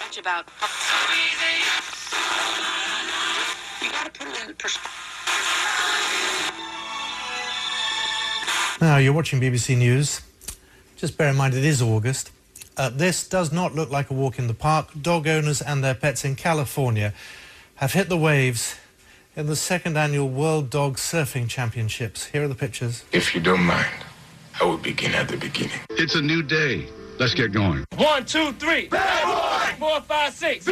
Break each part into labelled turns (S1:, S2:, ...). S1: much about. You gotta put it in perspective.
S2: Now, you're watching BBC News. Just bear in mind it is August. Uh, this does not look like a walk in the park. Dog owners and their pets in California have hit the waves in the second annual World Dog Surfing Championships. Here are the pictures.
S3: If you don't mind, I will begin at the beginning.
S4: It's a new day. Let's get going.
S5: One, two, three. Bad boy. Four, five, six.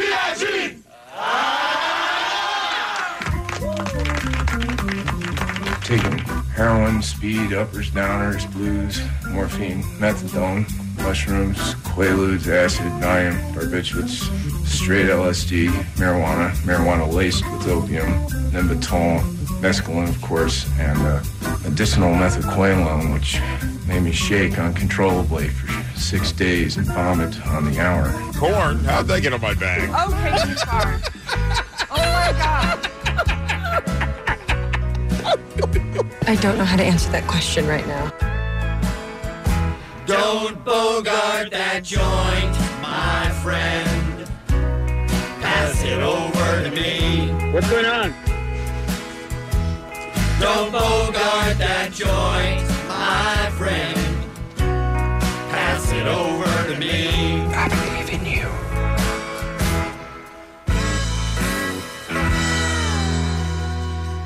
S3: Taking heroin, speed, uppers, downers, blues, morphine, methadone, mushrooms, quaaludes, acid, Valium, barbiturates, straight LSD, marijuana, marijuana laced with opium, nimbatol, mescaline, of course, and uh, medicinal methaqualone, which made me shake uncontrollably for six days and vomit on the hour.
S6: Corn? How'd they get on my bag?
S7: Oh, Crazy Car. oh my God. I don't know how to answer that question right now.
S8: Don't bogart that joint, my friend. Pass it over to me.
S9: What's going on?
S8: Don't bogart that joint, my friend. Pass it over to me. I believe in you.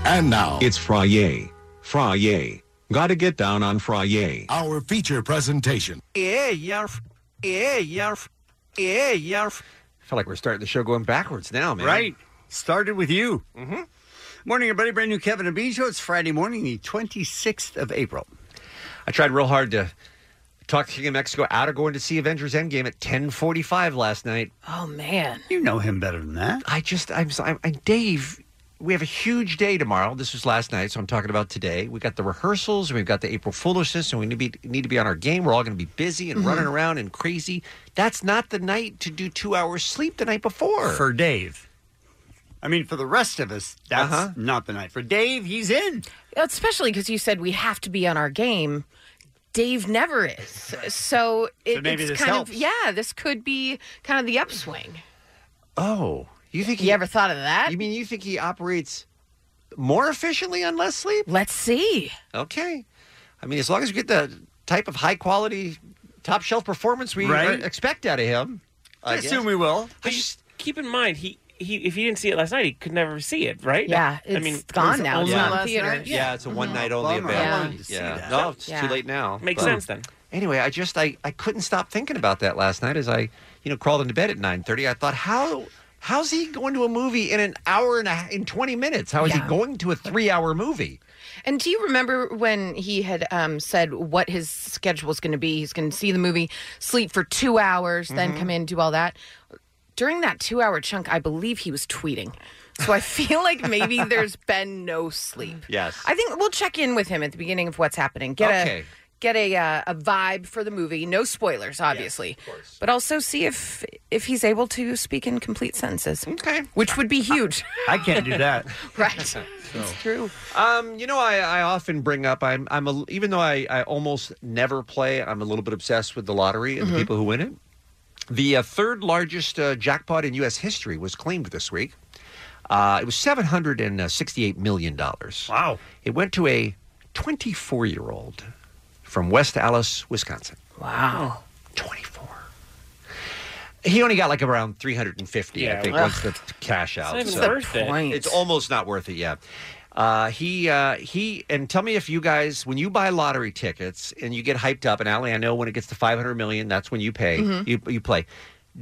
S10: And now it's Frye. Frye. Gotta get down on Frye. Our feature presentation.
S11: Yeah, yerf. Yeah, yerf. Yeah, yerf. I feel like we're starting the show going backwards now, man.
S9: Right. Started with you.
S11: Mhm.
S9: Morning, everybody. Brand new Kevin and Bean Show. It's Friday morning, the 26th of April.
S11: I tried real hard to talk King of Mexico out of going to see Avengers Endgame at 10:45 last night.
S12: Oh man.
S9: You know him better than that.
S11: I just I'm, so- I'm, i Dave. We have a huge day tomorrow. This was last night, so I'm talking about today. We got the rehearsals, and we've got the April Foolishness, and we need to be, need to be on our game. We're all going to be busy and
S9: Mhm.
S11: running around and crazy. That's not the night to do two hours sleep the night before.
S9: For Dave. I mean, for the rest of us, that's
S12: Uh-huh.
S9: not the night. For Dave, he's in.
S12: Especially because you said we have to be on our game. Dave never is. So, it,
S11: maybe
S12: it's
S11: this
S12: kind
S11: helps.
S12: of yeah, this could be kind of the upswing.
S11: Oh, you think
S12: you ever thought of that?
S11: You mean you think he operates more efficiently on less sleep?
S12: Let's see.
S11: Okay. I mean, as long as we get the type of high quality, top shelf performance we
S9: Right.
S11: uh, expect out of him, I, guess.
S9: we will.
S6: I just keep in mind he. He, if he didn't see it last night, he could never see it, right?
S12: Yeah,
S6: I
S12: it's
S6: mean,
S12: gone
S6: it's
S12: now. It's
S6: only
S12: not
S6: last
S12: theater. Mm-hmm.
S6: night. Mm-hmm.
S12: Yeah.
S11: Yeah, it's a one night only
S6: Bummer. I
S11: event.
S6: wanted to see
S11: Yeah.
S6: that.
S11: No, it's
S12: Yeah.
S11: too late now.
S6: Makes
S11: But
S6: sense then.
S11: Anyway, I just I, I couldn't stop thinking about that last night as I, you know, crawled into bed at 9:30. I thought how how's he going to a movie in an hour and a, in 20 minutes? How is
S12: Yeah.
S11: he going to a 3-hour movie?
S12: And do you remember when he had um, said what his schedule was going to be? He's going to see the movie, sleep for two hours,
S9: Mm-hmm.
S12: then come in, do all that. During that two hour chunk, I believe he was tweeting. So I feel like maybe there's been no sleep.
S11: Yes.
S12: I think we'll check in with him at the beginning of what's happening. Get
S11: Okay.
S12: a get a uh, a vibe for the movie. No spoilers, obviously, but also see if if he's able to speak in complete sentences.
S11: Okay,
S12: which would be huge.
S9: I can't do that.
S12: right, it's true.
S11: Um, you know, I, I often bring up I'm I'm a, even though I, I almost never play, I'm a little bit obsessed with the lottery and
S12: Mhm.
S6: Mm-hmm.
S11: the people who win it. The uh, third largest uh, jackpot in U.S. history was claimed this week. Uh, it was seven hundred and sixty-eight million dollars. Wow! It went to a twenty-four-year-old from West Allis, Wisconsin.
S12: Wow.
S11: 24. He only got like around 350,
S6: Yeah,
S11: I think,
S6: well,
S11: once the cash out.
S6: not even worth it. Point.
S11: It's almost not worth it yet. Uh, he uh, he and tell me if you guys when you buy lottery tickets and you get hyped up and Allie, I know when it gets to 500 million that's when you pay
S13: Mhm.
S11: you you play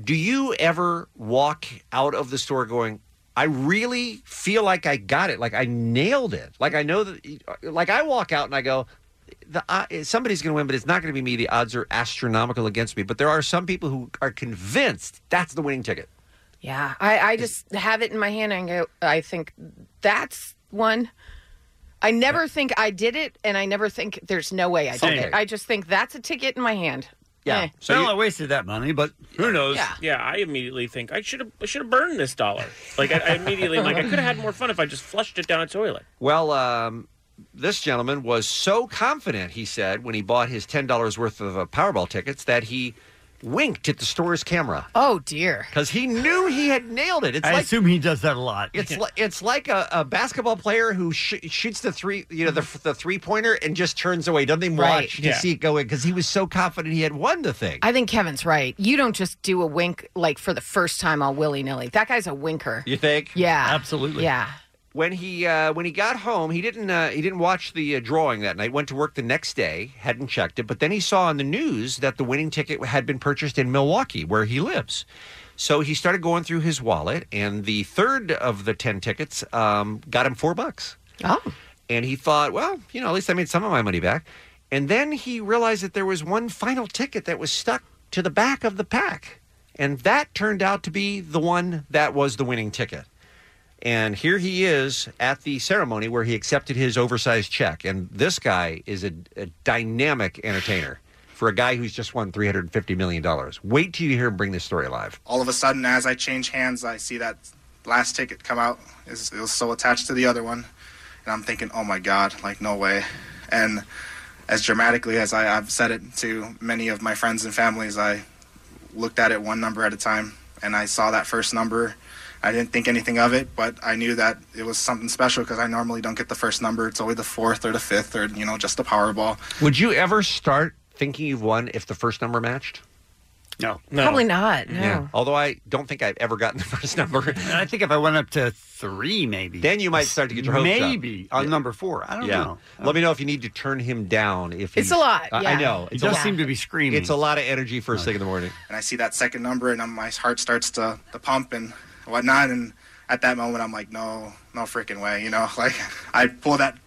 S11: do you ever walk out of the store going I really feel like I got it like I nailed it like I know that like I walk out and I go the uh, somebody's going to win, but it's not going to be me. The odds are astronomical against me. But there are some people who are convinced that's the winning ticket.
S12: Yeah, I, I just have it in my hand and go, I think that's one. I never think I did it, and I never think there's no way I did
S14: Same.
S12: it. I just think that's a ticket in my hand. Eh.
S14: well, I wasted that money, but
S6: who knows?
S12: Yeah.
S6: I immediately think I should have I should have burned this dollar. Like I, I immediately am like I could have had more fun if I just flushed it down a toilet.
S11: Well, um, this gentleman was so confident, he said, when he bought his $10 worth of uh, Powerball tickets that he winked at the store's camera
S12: Oh dear.
S11: because he knew he had nailed it. It's
S14: I
S11: like.
S14: assume he does that a lot.
S11: It's like it's like a, a basketball player who sh- shoots the three, you know, the, the three pointer and just turns away. Doesn't even
S12: Right.
S11: watch
S12: Yeah.
S11: to see it go in because he was so confident he had won the thing.
S12: I think Kevin's right. You don't just do a wink like for the first time all willy nilly. That guy's a winker.
S11: You think?
S12: Yeah.
S11: absolutely.
S12: Yeah.
S11: When he uh, when he got home, he didn't uh, he didn't watch the uh, drawing that night. Went to work the next day, hadn't checked it, but then he saw on the news that the winning ticket had been purchased in Milwaukee, where he lives. So he started going through his wallet, and the third of the ten tickets um, got him four bucks.
S12: Oh.
S11: And he thought, well, you know, at least I made some of my money back. And then he realized that there was one final ticket that was stuck to the back of the pack. And that turned out to be the one that was the winning ticket. And here he is at the ceremony where he accepted his oversized check. And this guy is a, a dynamic entertainer for a guy who's just won $350 million. Wait till you hear him bring this story live.
S15: all of a sudden as i change hands i see that last ticket come out It's- it was so attached to the other one and i'm thinking oh my god like no way and as dramatically as I, i've said it to many of my friends and families i looked at it one number at a time and i saw that first number i didn't think anything of it but i knew that it was something special because i normally don't get the first number it's always the fourth or the fifth or you know just the powerball
S11: Would you ever start thinking you've won if the first number matched?
S14: No.
S12: Probably not. No.
S11: Yeah. Although I don't think I've ever gotten the first number.
S14: I think if I went up to three, maybe.
S11: Then you might start to get your hopes up.
S14: Maybe on number four. I don't
S11: Yeah.
S14: know.
S11: Let me know if you need to turn him down. If
S15: It's
S11: he's-
S15: a lot,
S11: I- I
S15: yeah.
S11: know.
S15: He does seem to
S14: be screaming.
S11: It's a lot of energy first thing in the morning.
S15: and I see that second number, and um, my heart starts to, to pump and whatnot. And at that moment, I'm like, no, no freaking way, you know. Like, I pull that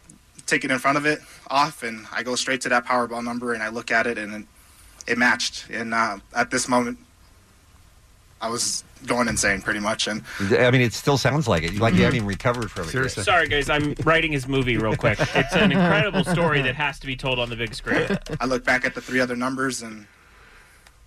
S15: ticket in front of it off, and I go straight to that Powerball number, and I look at it, and it, it matched. And uh, at this moment, I was going insane, pretty much. And
S11: I mean, it still sounds like it. Like you haven't even recovered from it. yet.
S6: Sorry, guys. I'm writing his movie real quick. It's an incredible story that has to be told on the big screen.
S15: I look back at the three other numbers, and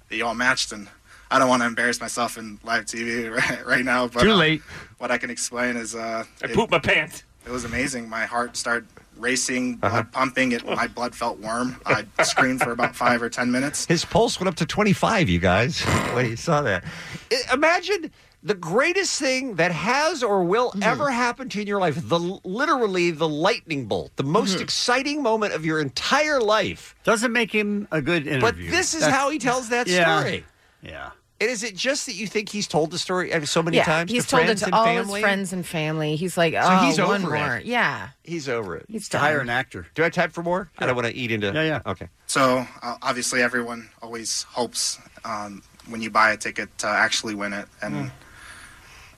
S15: they all matched. And I don't want to embarrass myself in live TV right, right now, but
S14: Too
S15: uh,
S14: late.
S15: what I can explain is uh,
S6: I pooped my pants.
S15: It was amazing. My heart started racing,
S11: Uh-huh.
S15: blood pumping. It, my blood felt warm. I screamed for about five or ten minutes.
S11: His pulse went up to 25, you guys, when you saw that. I- Imagine the greatest thing that has or will
S14: Hmm.
S11: ever happen to you in your life the literally the lightning bolt, the most exciting moment of your entire life.
S14: Hmm. Doesn't make him a good interview.
S11: But this is
S14: That's-
S11: how he tells that
S14: Yeah.
S11: story.
S14: Yeah.
S11: And is it just that you think he's told the story uh, so many
S12: yeah.
S11: times?
S12: He's
S11: to
S12: told it
S11: friends
S12: to
S11: and
S12: all
S11: family?
S12: his friends and family. He's like,
S11: So
S12: oh,
S11: he's
S12: one
S11: over it.
S12: more. Yeah.
S11: He's over it.
S12: He's To hire done. an
S14: actor.
S11: Do I type for more? I don't want to eat into. Yeah, yeah. Okay.
S15: So uh, obviously, everyone always hopes um, when you buy a ticket to actually win it, and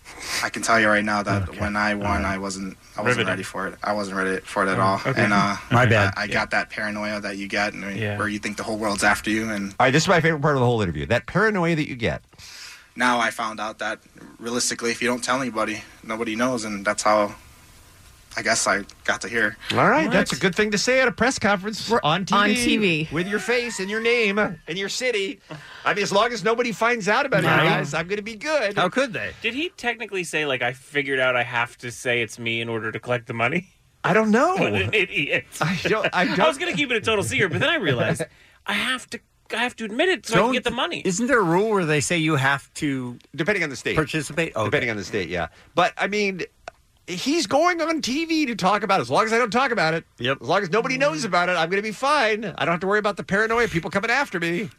S11: Hmm.
S15: I can tell you right now that when I won, I wasn't I wasn't
S9: Riveting.
S15: ready for it. I wasn't ready for it at
S9: Oh,
S15: all.
S9: okay.
S15: And uh,
S11: My bad.
S15: I, I got that paranoia that you get, and,
S11: Yeah.
S15: where you think the whole world's after you, and
S11: All right, this is my favorite part of the whole interview that paranoia that you get.
S15: now I found out that realistically, if you don't tell anybody, nobody knows, and that's how I guess I got to hear.
S11: All right, that's a good thing to say at a press conference on TV.
S15: on TV.
S11: With your face and your name and your city. I mean, as long as nobody finds out about it,
S6: Right.
S11: guys, I'm going to be good.
S6: How
S14: could they?
S6: Did he technically say like I figured out I have to say it's me in order to collect the money?
S11: I don't know.
S6: What an idiot! I
S11: don't. I,
S6: was going to keep it a total secret, but then I realized I have to. I have to admit it so I can
S14: Don't-
S6: get the money.
S14: Isn't there a rule where they say you have to
S11: depending on the state
S14: participate? Oh,
S11: Depending on the state, yeah. But I mean, he's going on TV to talk about it. As long as I don't talk about it, yep. As long as nobody knows about it, I'm going to be fine. I don't have to worry about the paranoia of people coming after me.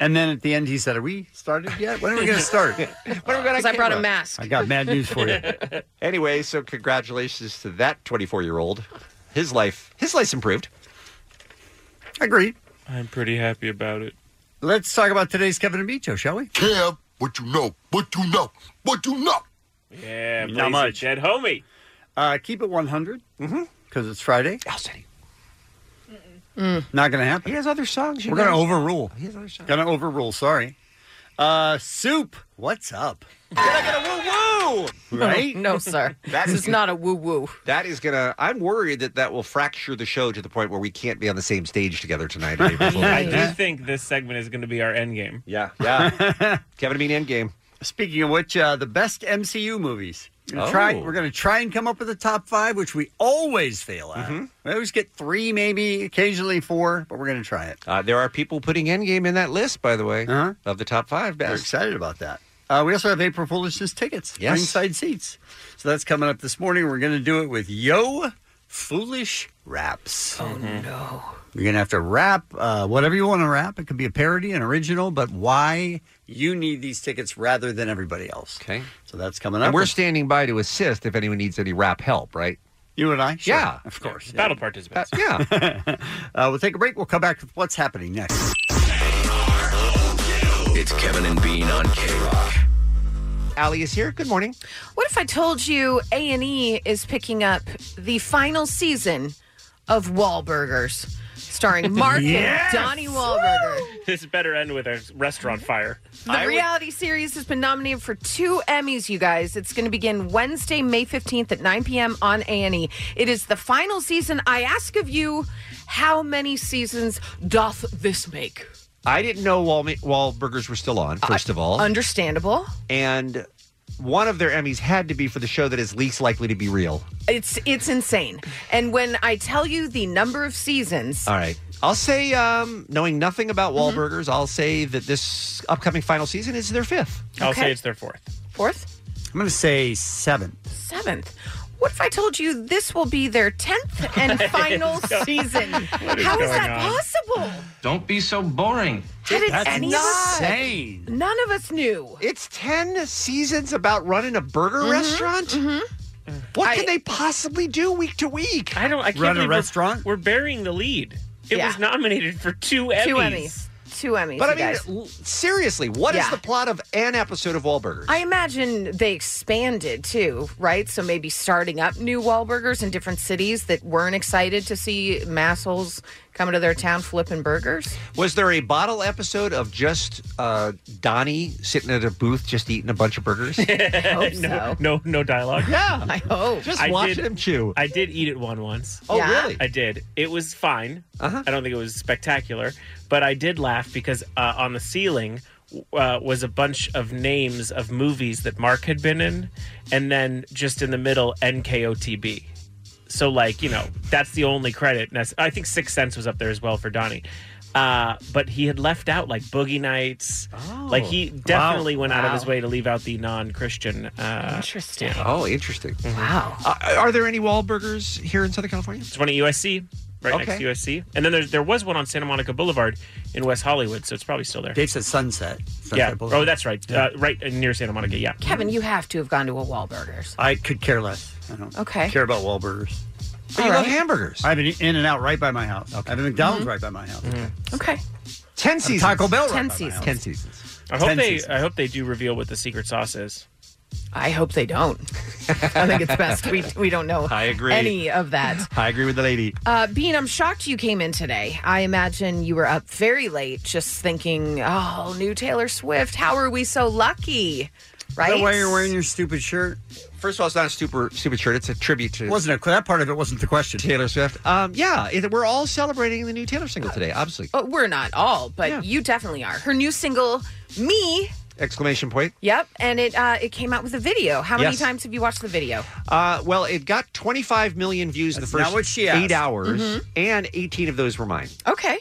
S14: And then at the end, he said, "Are we started yet? When are we going to start?"
S12: Because I brought a mask.
S14: I got mad news for you.
S11: anyway, so congratulations to that 24 year old. His life, his life's improved.
S14: Agreed.
S6: I'm pretty happy about it.
S14: Let's talk about today's Kevin and Beato, shall we? Kev, what you know? What you know? What you know?
S6: Yeah,
S14: Not
S6: Blaze it,
S14: much.
S6: Jed, homie.
S12: Mm-hmm.
S14: Uh, keep it 100 because it's Friday.
S11: I'll say.
S9: Mm. Not going to happen.
S11: He has other songs. you
S9: We're going to
S11: guys.
S9: overrule.
S12: Oh,
S11: He has other songs.
S9: Going to overrule. Sorry. Uh, soup. What's up?
S11: Woo!
S9: Right?
S12: Oh, No, sir. this is not a woo woo.
S11: That is gonna. I'm worried that that will fracture the show to the point where we can't be on the same stage together tonight.
S6: I do think this segment is going to be our end game.
S11: Yeah, yeah. Kevin, I mean, end game.
S9: Speaking of which, uh, the best MCU movies. We're gonna
S11: Oh.
S9: try, we're going to try and come up with the top five, which we always fail at.
S12: Mm-hmm.
S9: We always get three, maybe occasionally four, but we're going to try it.
S11: Uh, there are people putting Endgame in that list, by the way, of the top five best.
S9: We're Uh-huh. excited about that. Uh, we also have April Foolishness tickets,
S11: Yes.
S9: ringside seats. So that's coming up this morning. We're going to do it with Yo Foolish Raps. Oh, no. You're going to have to rap uh, whatever you want to rap. It could be a parody, an original, but why you need these tickets rather than everybody else. Okay. So that's coming up.
S11: And we're standing by to assist if anyone needs any rap help, right?
S9: You and I? Sure.
S11: Yeah.
S9: Of course.
S11: Battle
S9: participants.
S11: yeah.
S9: uh, we'll take a break. We'll come back with what's happening next.
S16: It's Kevin and Bean on K Rock.
S11: Allie is here. Good morning.
S12: What if I told you A and E is picking up the final season of Wahlburgers, starring Mark
S6: Yes!
S12: and Donnie Wahlberger?
S6: This better end with a restaurant fire.
S12: The reality series has been nominated for two Emmys, you guys. It's going to begin Wednesday, May 15th at 9 p.m. on A&E. It is the final season. I ask of you, how many seasons doth this make?
S11: I didn't know Wal- Wahlburgers were still on, first of all.
S12: Understandable.
S11: and one of their Emmys had to be for the show that is least likely to be real.
S12: It's it's insane. And when I tell you the number of seasons,
S11: All right. I'll say, um, knowing nothing about
S12: Mm-hmm.
S11: Wahlburgers, I'll say that this upcoming final season is their fifth.
S12: I'll say Okay. it's
S11: their fourth.
S12: fourth,
S9: I'm going to say seven.
S12: seventh. What if I told you this will be their 10th and final season? How
S3: is
S12: is
S3: going
S12: that
S3: on?
S12: possible?
S3: Don't be so boring.
S12: How did any of us-
S9: insane.
S12: None of us knew. Mm-hmm.
S11: It's 10 seasons about running a burger restaurant? What can they possibly do week to week?
S6: I don't. I can't
S11: Run a
S6: believe we're-
S11: restaurant?
S6: We're, burying the lead. It
S12: Yeah.
S6: was nominated for two Emmys.
S12: Two Emmys. Two Emmys.
S11: But I
S12: you
S11: mean,
S12: guys.
S11: l- seriously, what is
S12: Yeah.
S11: the plot of an episode of Wahlburgers?
S12: I imagine they expanded too, right? So maybe starting up new Wahlburgers in different cities that weren't excited to see massholes coming to their town flipping burgers.
S11: Was there a bottle episode of just uh, Donnie sitting at a booth just eating a bunch of burgers?
S6: no, no, no dialogue.
S11: Yeah,
S12: I hope.
S11: Just watching him chew.
S6: I did eat it one once.
S11: Oh, Yeah? really?
S6: I did. It was fine. Uh-huh. I don't think it was spectacular, but I did laugh because uh, on the ceiling uh, was a bunch of names of movies that Mark had been in, and then just in the middle, NKOTB. So, like, you know, that's the only credit. Nes- I think Six Sense was up there as well for Donnie. Uh, but he had left out like Boogie Nights. Like he
S11: Oh. Wow.
S6: definitely went out of his
S11: Wow.
S6: way to leave out the non-Christian. Uh,
S12: Interesting.
S11: Oh, interesting.
S12: Wow.
S11: Uh, are there any Wahlburgers here in Southern California?
S6: There's one at USC, right
S11: Okay.
S6: next to USC. And then there's, there was one on Santa Monica Boulevard in West Hollywood, so it's probably still there.
S9: Dave said Sunset. Sunset
S6: yeah.
S9: Boulevard.
S6: Oh, that's right. Uh, right near Santa Monica, yeah.
S12: Kevin, you have to have gone to a Wahlburgers.
S9: I could care less. I don't
S12: Okay.
S9: care about Wahlburgers.
S12: But you All love right. Mm-hmm.
S11: hamburgers.
S9: I have an In and Out right by my house. I have a McDonald's right by my house.
S11: Mm-hmm.
S12: Okay.
S11: Ten
S9: I have a Taco Bell right
S12: Ten
S9: by my
S12: seasons.
S9: house.
S11: Ten seasons.
S6: I hope
S9: Ten
S6: they
S9: seasons.
S6: I hope they do reveal what the secret sauce is.
S12: I hope they don't. I think it's best we we don't know.
S6: I agree.
S12: Any of that.
S11: I agree with the lady.
S12: Uh, Bean, I'm shocked you came in today. I imagine you were up very late just thinking, oh, new Taylor Swift. How are we so lucky? Right?
S9: Is that why you're wearing your stupid shirt?
S11: First of all, it's not a super stupid shirt. It's a tribute to
S9: wasn't a, that part of it wasn't the question.
S11: Taylor Swift. Um, yeah, it, we're all celebrating the new Taylor single today. Obviously,
S12: Oh, we're not all, but you definitely are. Her new single, Me.
S11: exclamation point.
S12: Yep, and it uh, it came out with a video. How many
S11: Yes.
S12: times have you watched the video?
S11: Uh, well, it got 25 million views in the
S12: That's
S11: first
S12: not what she
S11: eight
S12: asked.
S11: hours,
S12: Mhm.
S11: and 18 of those were mine.
S12: Okay.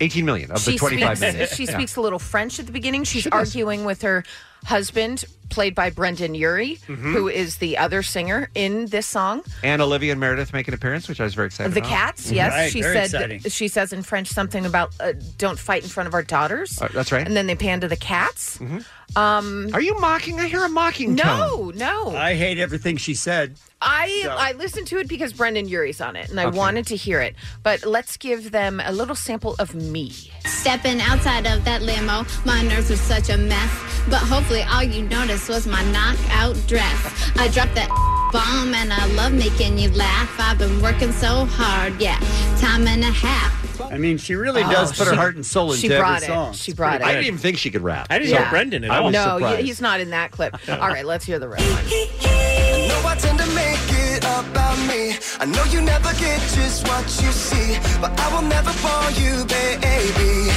S11: 18 million of the 25
S12: speaks,
S11: million.
S12: She
S11: Yeah.
S12: speaks a little French at the beginning. She's arguing with her husband, played by Brendan Urie,
S11: Mhm.
S12: who is the other singer in this song.
S11: And Olivia and Meredith make an appearance, which I was very excited
S12: the
S11: about. Mm-hmm.
S12: cats, yes. she said she says in French something about uh, don't fight in front of our daughters.
S11: Uh, that's right.
S12: And then they pan to the cats.
S11: Mhm.
S12: Um,
S11: Are you mocking? I hear a mocking
S12: No,
S11: tone.
S12: no.
S9: I hate everything she said.
S12: I
S9: So-
S12: I listened to it because Brendan Urie's on it, and I
S9: Okay.
S12: wanted to hear it. But let's give them a little sample of me.
S17: Stepping outside of that limo, my nerves were such a mess. But hopefully, all you noticed was my knockout dress. I dropped that bomb and I love making you laugh. I've been working so hard, yeah, time and a half.
S9: I mean, she really does
S12: Oh,
S9: put her
S12: she-
S9: heart and soul into
S12: she
S9: every
S12: brought it.
S9: song.
S12: She brought it. I didn't even
S11: think she could rap.
S9: I didn't hear Brendan at all.
S12: No,
S9: surprised.
S12: he's not in that clip. All right, let's hear the real one.
S8: I know I tend to make it about me. I know you never get just what you see, but I will never fall you, baby.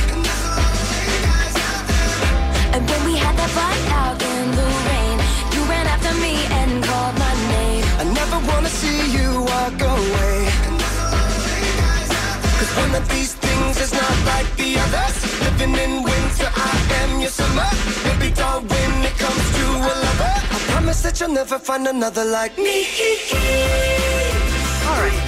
S18: And when we had that fight out in the rain, you ran after me and called my name.
S8: I never wanna see you walk away. Cause one of these things is not like the others. Living in winter, I am your summer. Baby doll, when it comes to a lover, I promise that you'll never find another like me.
S11: All right.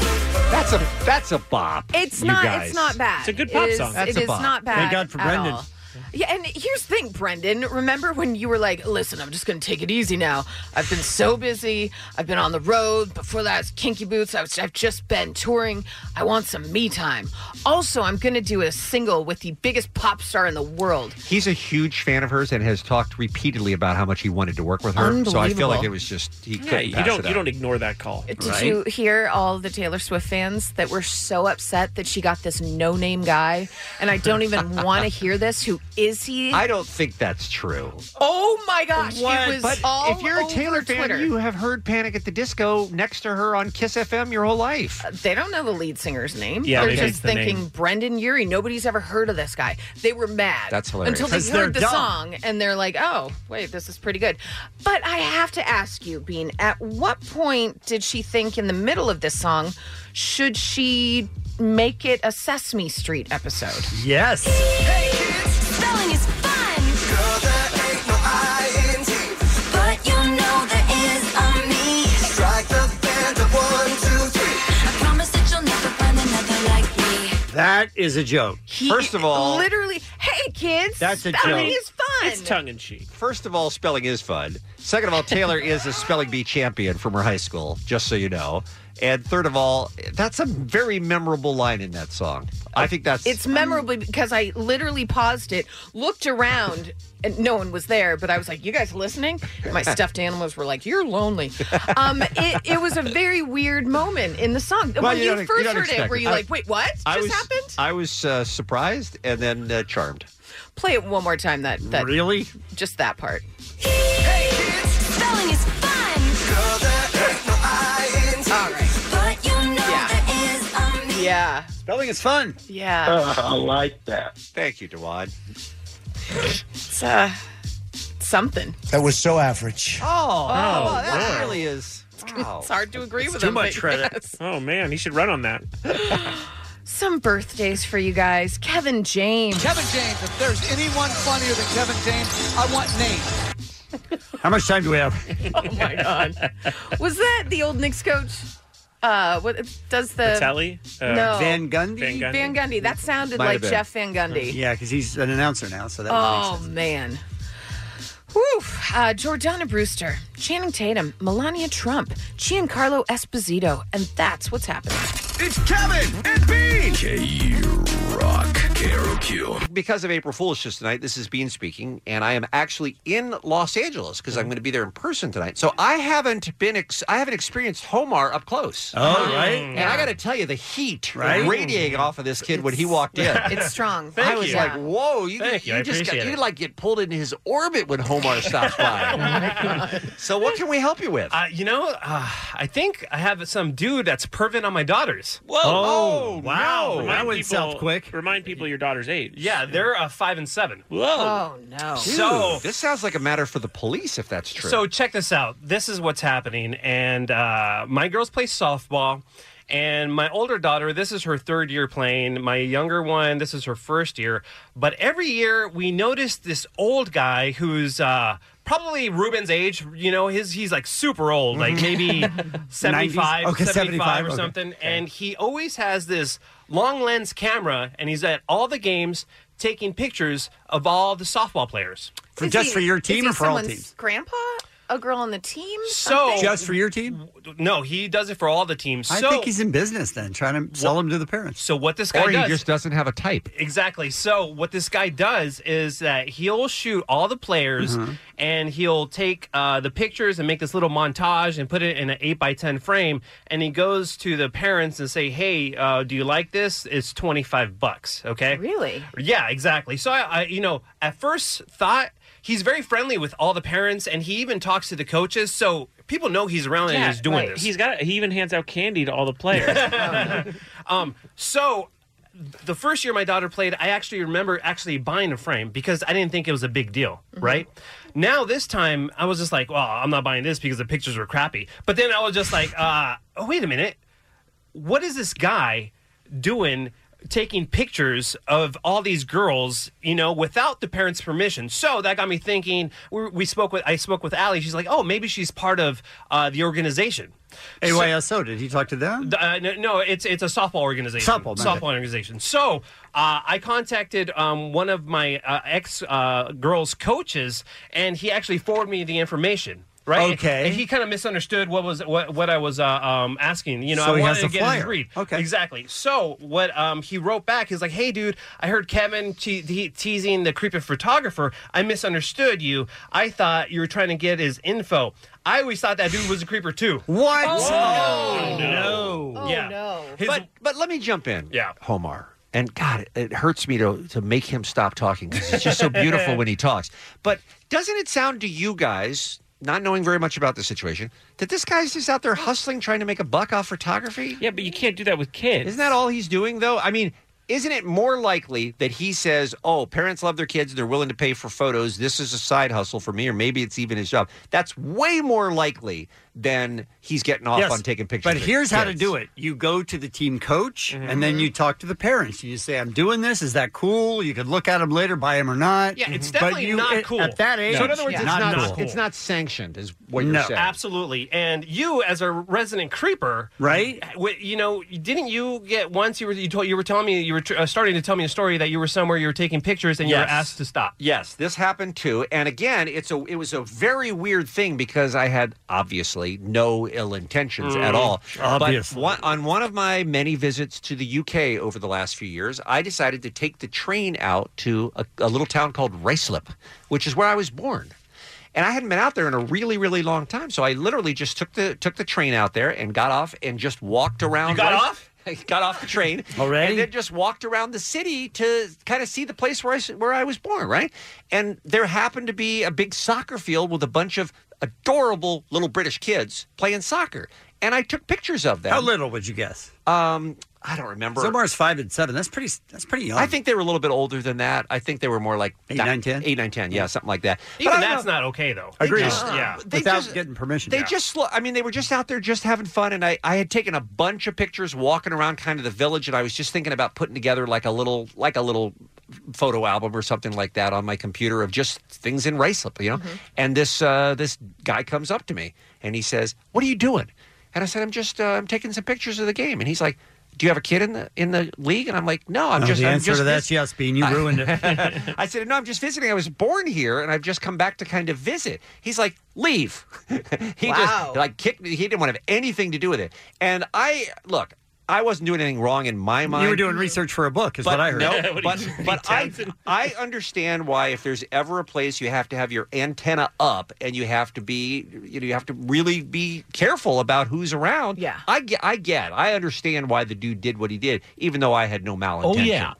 S11: That's a that's a bop.
S12: It's
S11: you
S12: not.
S11: guys.
S12: It's not bad. It is-
S11: That's
S12: it
S11: a
S12: is
S11: bop.
S12: not bad. at all. Yeah, and here's the thing, Brendan. Remember when you were like, "Listen, I'm just going to take it easy now. I've been so busy. I've been on the road. Before that, it's Kinky Boots. I was, I've just been touring. I want some me time. Also, I'm going to do a single with the biggest pop star in the world.
S11: He's a huge fan of hers and has talked repeatedly about how much he wanted to work with her. So I feel
S12: Unbelievable.
S11: like it was just he
S6: Yeah,
S11: couldn't
S6: you
S11: pass
S6: don't
S11: it
S6: you
S11: up.
S6: don't ignore that call.
S12: Did you hear all the Taylor Swift fans that were so upset that she got this no-name guy? And I don't even want to hear this. Who is he?
S11: I don't think that's true.
S12: Oh my gosh!
S11: What?
S12: It was
S11: But
S12: all
S11: if you're a
S12: over
S11: Taylor fan,
S12: Twitter.
S11: you have heard Panic at the Disco next to her on Kiss FM your whole life.
S12: Uh, They don't know the lead singer's name.
S11: Yeah,
S12: They're
S11: they
S12: just
S11: missed the
S12: thinking
S11: name.
S12: Brendan Urie. Nobody's ever heard of this guy. They were mad.
S11: That's hilarious.
S12: Until they
S11: 'Cause they're
S12: heard the
S11: dumb.
S12: song and they're like, oh, wait, this is pretty good. But I have to ask you, Bean, at what point did she think in the middle of this song, should she make it a Sesame Street episode?
S9: Yes.
S18: Spelling is fun. Girl, there ain't no I in But you know there is a me. Strike the band of one, two, three. I promise that you'll never find another like me.
S9: That is a joke.
S11: First of all,
S12: Literally, hey, kids.
S11: Oh. That's a
S12: spelling
S11: joke.
S12: is fun.
S11: It's
S6: tongue in cheek.
S11: First of all, spelling is fun. Second of all, Taylor is a spelling bee champion from her high school, just so you know. And third of all, that's a very memorable line in that song. I think that's
S12: It's memorable because I literally paused it, looked around, and no one was there. But I was like, "You guys listening?" And my stuffed animals were like, "You're lonely." Um, it, it was a very weird moment in the song.
S11: Well,
S12: when
S11: you
S12: you,
S11: don't- you
S12: first
S11: don't
S12: heard it,
S11: expect
S12: were
S11: it.
S12: you
S11: I-
S12: like, "Wait, what just
S11: I was,
S12: happened?"
S11: I was uh, surprised and then uh, charmed.
S12: Play it one more time. That that
S11: Really?
S12: just that part.
S18: Spelling is fun. Girl, there ain't no I in All right. But you know there is a me.
S12: Yeah.
S9: Spelling is fun.
S12: Yeah.
S11: I like that. Thank you, Dewan.
S12: It's uh, something.
S19: That was so average.
S11: Oh,
S12: Oh,
S11: wow, that
S12: wow.
S11: really is. Wow.
S12: It's hard to agree with him, but yes.
S6: Oh man, he should run on that.
S12: Some birthdays for you guys. Kevin James.
S19: Kevin James, if there's anyone funnier than Kevin James, I want names.
S9: How much time do we have?
S12: oh my god. Was that the old Knicks coach? Uh, what does the
S9: Patelli? Uh,
S12: no
S9: Van Gundy?
S12: Van
S9: Van
S12: Gundy.
S9: Gundy?
S12: That sounded
S9: Might
S12: like
S9: have been.
S12: Jeff Van Gundy.
S9: Yeah, because he's an announcer now, so that would make
S12: Oh
S9: sense.
S12: man. Whew. Uh, Jordana Brewster, Channing Tatum, Melania Trump, Giancarlo Esposito, and that's what's happening.
S16: It's Kevin and Bean. K Rock Q.
S11: Because of April Fool's just tonight, this is Bean speaking, and I am actually in Los Angeles because I'm going to be there in person tonight. So I haven't been, ex- I haven't experienced Homar up close.
S9: Oh, right.
S11: And I got to tell you, the heat
S9: Right?
S11: radiating off of this kid when he walked in.
S12: It's strong.
S11: I was like, whoa, you,
S12: Thank
S11: you,
S12: you, I
S11: just got,
S12: appreciate
S11: you
S12: it.
S11: like get pulled into his orbit when Homar stops by. so what can we help you with?
S20: Uh, you know, uh, I think I have some dude that's perving on my daughters.
S11: Whoa!
S20: Oh,
S6: wow. Remind people-
S20: quick.
S6: Remind people your daughter's age.
S20: Yeah, they're uh, five and seven.
S12: Oh, no.
S20: So-
S11: this sounds like a matter for the police if that's true.
S20: So check this out. This is what's happening, and uh, my girls play softball, and my older daughter, this is her third year playing. My younger one, this is her first year. But every year, we notice this old guy who's. Uh, Probably Ruben's age, you know, his he's like super old, like
S21: Mhm.
S20: maybe 75,
S21: 90s? Okay,
S20: 75
S21: 75,
S20: or
S21: okay.
S20: something. And he always has this long lens camera, and he's at all the games taking pictures of all the softball players.
S12: Is he- is he someone's Grandpa? a girl on the team?
S20: So
S12: Something?
S9: your team?
S20: No, he does it for all the teams.
S9: I
S20: so,
S9: think he's in business then, trying to sell them to the parents.
S20: So what this guy
S9: Or he
S20: does,
S9: just
S11: doesn't have a type.
S20: Exactly. So what this guy does is that he'll shoot all the players and he'll take uh, the pictures and make this little montage and put it in an eight by ten frame. And he goes to the parents and say, "Hey, uh, do you like this? It's twenty five bucks." Okay.
S12: Really?
S20: Yeah. Exactly. So I, I, you know, at first thought. He's very friendly with all the parents, and he even talks to the coaches. So people know he's around and he's doing
S6: right.
S20: this.
S6: He's got. He even hands out candy to all the players.
S20: Um, so the first year my daughter played, I actually remember actually buying a frame because I didn't think it was a big deal, right? Now this time I was just like, well, I'm not buying this because the pictures were crappy. But then I was just like, uh, oh wait a minute, what is this guy doing? Taking pictures of all these girls, you know, without the parents' permission. So that got me thinking. We, we spoke with I spoke with Allie. She's like, "Oh, maybe she's part of uh, the organization."
S9: AYSO. did you talk to them?
S20: Uh, no, no, it's it's a softball organization.
S9: Softball, my bad.
S20: organization. So uh, I contacted um, one of my uh, ex uh, girls' coaches, and he actually forwarded me the information. Right.
S9: Okay.
S20: And he kind of misunderstood what was what, what I was uh, um, asking. You know,
S9: So
S20: I
S9: he
S20: wanted
S9: has
S20: to
S9: the
S20: get his
S9: flyer.
S20: read. Okay. Exactly. So what um, he wrote back is like, "Hey, dude, I heard Kevin te- te- teasing the creepy photographer. I misunderstood you. I thought you were trying to get his info. I always thought that dude was a creeper too.
S9: What?
S20: Oh,
S11: no.
S20: no. Yeah.
S11: but but let me jump in.
S20: Yeah.
S11: Homar. And God, it, it hurts me to to make him stop talking 'cause it's just so beautiful when he talks. But doesn't it sound to you guys, not knowing very much about the situation, that this guy's just out there hustling, trying to make a buck off photography?
S6: Yeah, but you can't do that with kids.
S11: Isn't that all he's doing though? I mean. Isn't it more likely that he says, "Oh, parents love their kids; they're willing to pay for photos. This is a side hustle for me, or maybe it's even his job." That's way more likely than he's getting off
S9: Yes,
S11: on taking pictures.
S9: But
S11: of
S9: here's how to
S11: kids.
S9: do it: you go to the team coach,
S20: Mm-hmm.
S9: and then you talk to the parents. You say, "I'm doing this. Is that cool? You could look at them later, buy them or not."
S20: Yeah, it's
S9: But
S20: definitely
S9: you-
S20: not
S9: at-
S20: cool.
S9: at that age.
S20: So in other words, it's
S9: not,
S20: not
S9: cool.
S20: cool.
S11: It's Mm-hmm. not sanctioned, is what you're
S9: No.
S11: saying.
S20: Absolutely. And you, as a resident creeper,
S9: Right?
S20: w- You know, didn't you get once you were you, told, you were telling me you were tr- uh, starting to tell me a story that you were somewhere you were taking pictures and you
S11: Yes.
S20: were asked to stop.
S11: Yes, this happened too. And again, it's a it was a very weird thing because I had obviously no ill intentions
S9: Mm,
S11: at all.
S9: obviously.
S11: But one, on one of my many visits to the UK over the last few years, I decided to take the train out to a, a little town called Ruislip, which is where I was born. And I hadn't been out there in a really, really long time, so I literally just took the took the train out there and got off and just walked around.
S20: You got
S11: Ruis-
S20: off?
S11: I got off the train
S9: Already?
S11: and then just walked around the city to kind of see the place where I s- where I was born, right? And there happened to be a big soccer field with a bunch of adorable little British kids playing soccer, and I took pictures of them.
S9: How little would you guess?
S11: Um, I don't remember.
S9: Zomar's five and seven. That's pretty. That's pretty young.
S11: I think they were a little bit older than that. I think they were more like eight, nine, ten. Eight, nine, ten. Yeah, something like that. But I
S20: Even
S11: don't know.
S20: that's not okay, though.
S11: Agreed.
S20: yeah.
S11: They
S9: without
S11: just-
S9: getting permission.
S11: They just, sl- I mean, they were just out there just having fun. And I, I had taken a bunch of pictures walking around kind of the village. And I was just thinking about putting together like a little, like a little photo album or something like that on my computer of just things in Ricelip, you know?
S9: Mm-hmm.
S11: And this, uh, this guy comes up to me and he says, what are you doing? And I said, I'm just, uh, I'm taking some pictures of the game. And he's like, do you have a kid in the, in the league? And I'm like, no, I'm
S9: No,
S11: just,
S9: Oh, the
S11: I'm
S9: answer
S11: just
S9: to that's
S11: vis-
S9: yes, Bean. You ruined it.
S11: I said, No, I'm just visiting. I was born here and I've just come back to kind of visit. He's like, Leave. he
S9: Wow.
S11: just like kicked me. He didn't want to have anything to do with it. And I, look, I wasn't doing anything wrong in my mind.
S9: you were doing research for a book, is
S11: but
S9: what I heard.
S11: No, but but I, I understand why if there's ever a place you have to have your antenna up and you have to be you know you have to really be careful about who's around. Yeah, I get I get I understand why the dude did what he did, even though I had no malintention.
S9: Oh,
S20: yeah.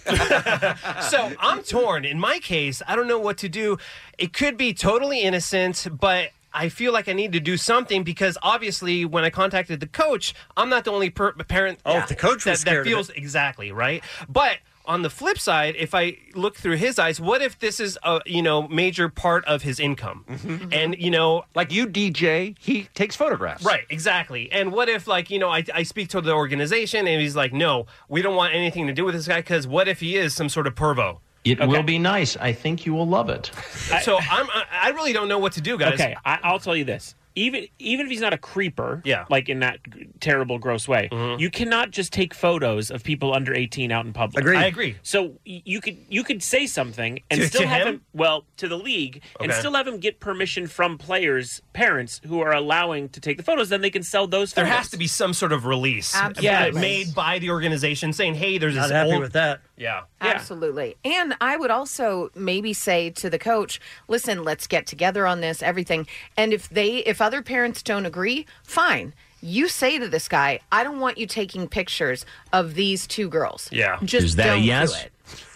S20: so I'm torn. In my case, I don't know what to do. It could be totally innocent, but I feel like I need to do something because obviously, when I contacted the coach, I'm not the only per- parent.
S9: Oh, if the coach
S20: that,
S9: was
S20: that
S9: scared of
S20: feels exactly right. But on the flip side, if I look through his eyes, what if this is a you know major part of his income,
S9: Mm-hmm.
S20: and you know,
S11: like you DJ, he takes photographs,
S20: right? Exactly. And what if like you know, I, I speak to the organization and he's like, no, we don't want anything to do with this guy because what if he is some sort of pervo?
S3: It will be nice. I think you will love it.
S20: uh, so I'm I- I really don't know what to do, guys.
S3: Okay, I, I'll tell you this.
S6: even even if he's not a creeper, yeah. like in that g- terrible, gross way,
S20: Mm-hmm.
S6: you cannot just take photos of people under eighteen out in public.
S20: Agreed. I agree.
S6: So y- you could you could say something and
S20: To-
S6: still
S20: to
S6: have
S20: him?
S6: him well to the league and
S20: Okay.
S6: still have him get permission from players' parents who are allowing to take the photos. Then they can sell those.
S20: There
S6: photos.
S20: has to be some sort of release,
S12: Absolutely.
S20: yeah, made by the organization saying, "Hey, there's
S9: Not
S20: this
S9: happy
S20: old
S9: with that."
S20: Yeah,
S12: Absolutely. And I would also maybe say to the coach, listen, let's get together on this, everything. And if they if other parents don't agree, fine. You say to this guy, I don't want you taking pictures of these two girls.
S22: Yeah.
S12: Just
S22: Is that a
S12: don't do
S22: yes?
S12: it.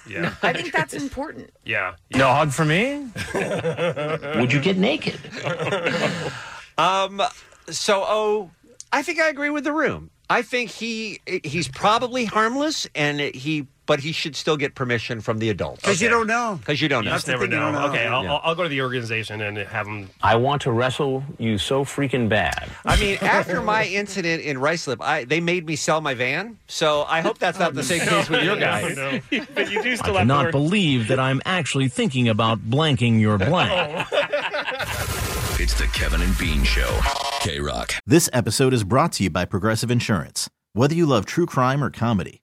S22: Yeah.
S12: I think that's important.
S22: Yeah. No hug for me? Would you get naked?
S11: Um, so, oh, I think I agree with the room. I think he he's probably harmless, and he but he should still get permission from the adults
S20: 'Cause you don't know.
S11: Because you don't
S20: You
S11: know.
S20: just never know. Okay, I'll,
S11: Yeah.
S20: I'll, I'll go to the organization and have them.
S22: I want to wrestle you so freaking bad.
S11: I mean, after my incident in Rice Lip, I, they made me sell my van. So I hope that's not the same case with your guy.
S6: but you do
S22: I
S6: still have
S22: cannot
S6: more-
S22: believe that I'm actually thinking about blanking your blank.
S9: Oh.
S16: It's the Kevin and Bean Show. K Rock.
S21: This episode is brought to you by Progressive Insurance. Whether you love true crime or comedy,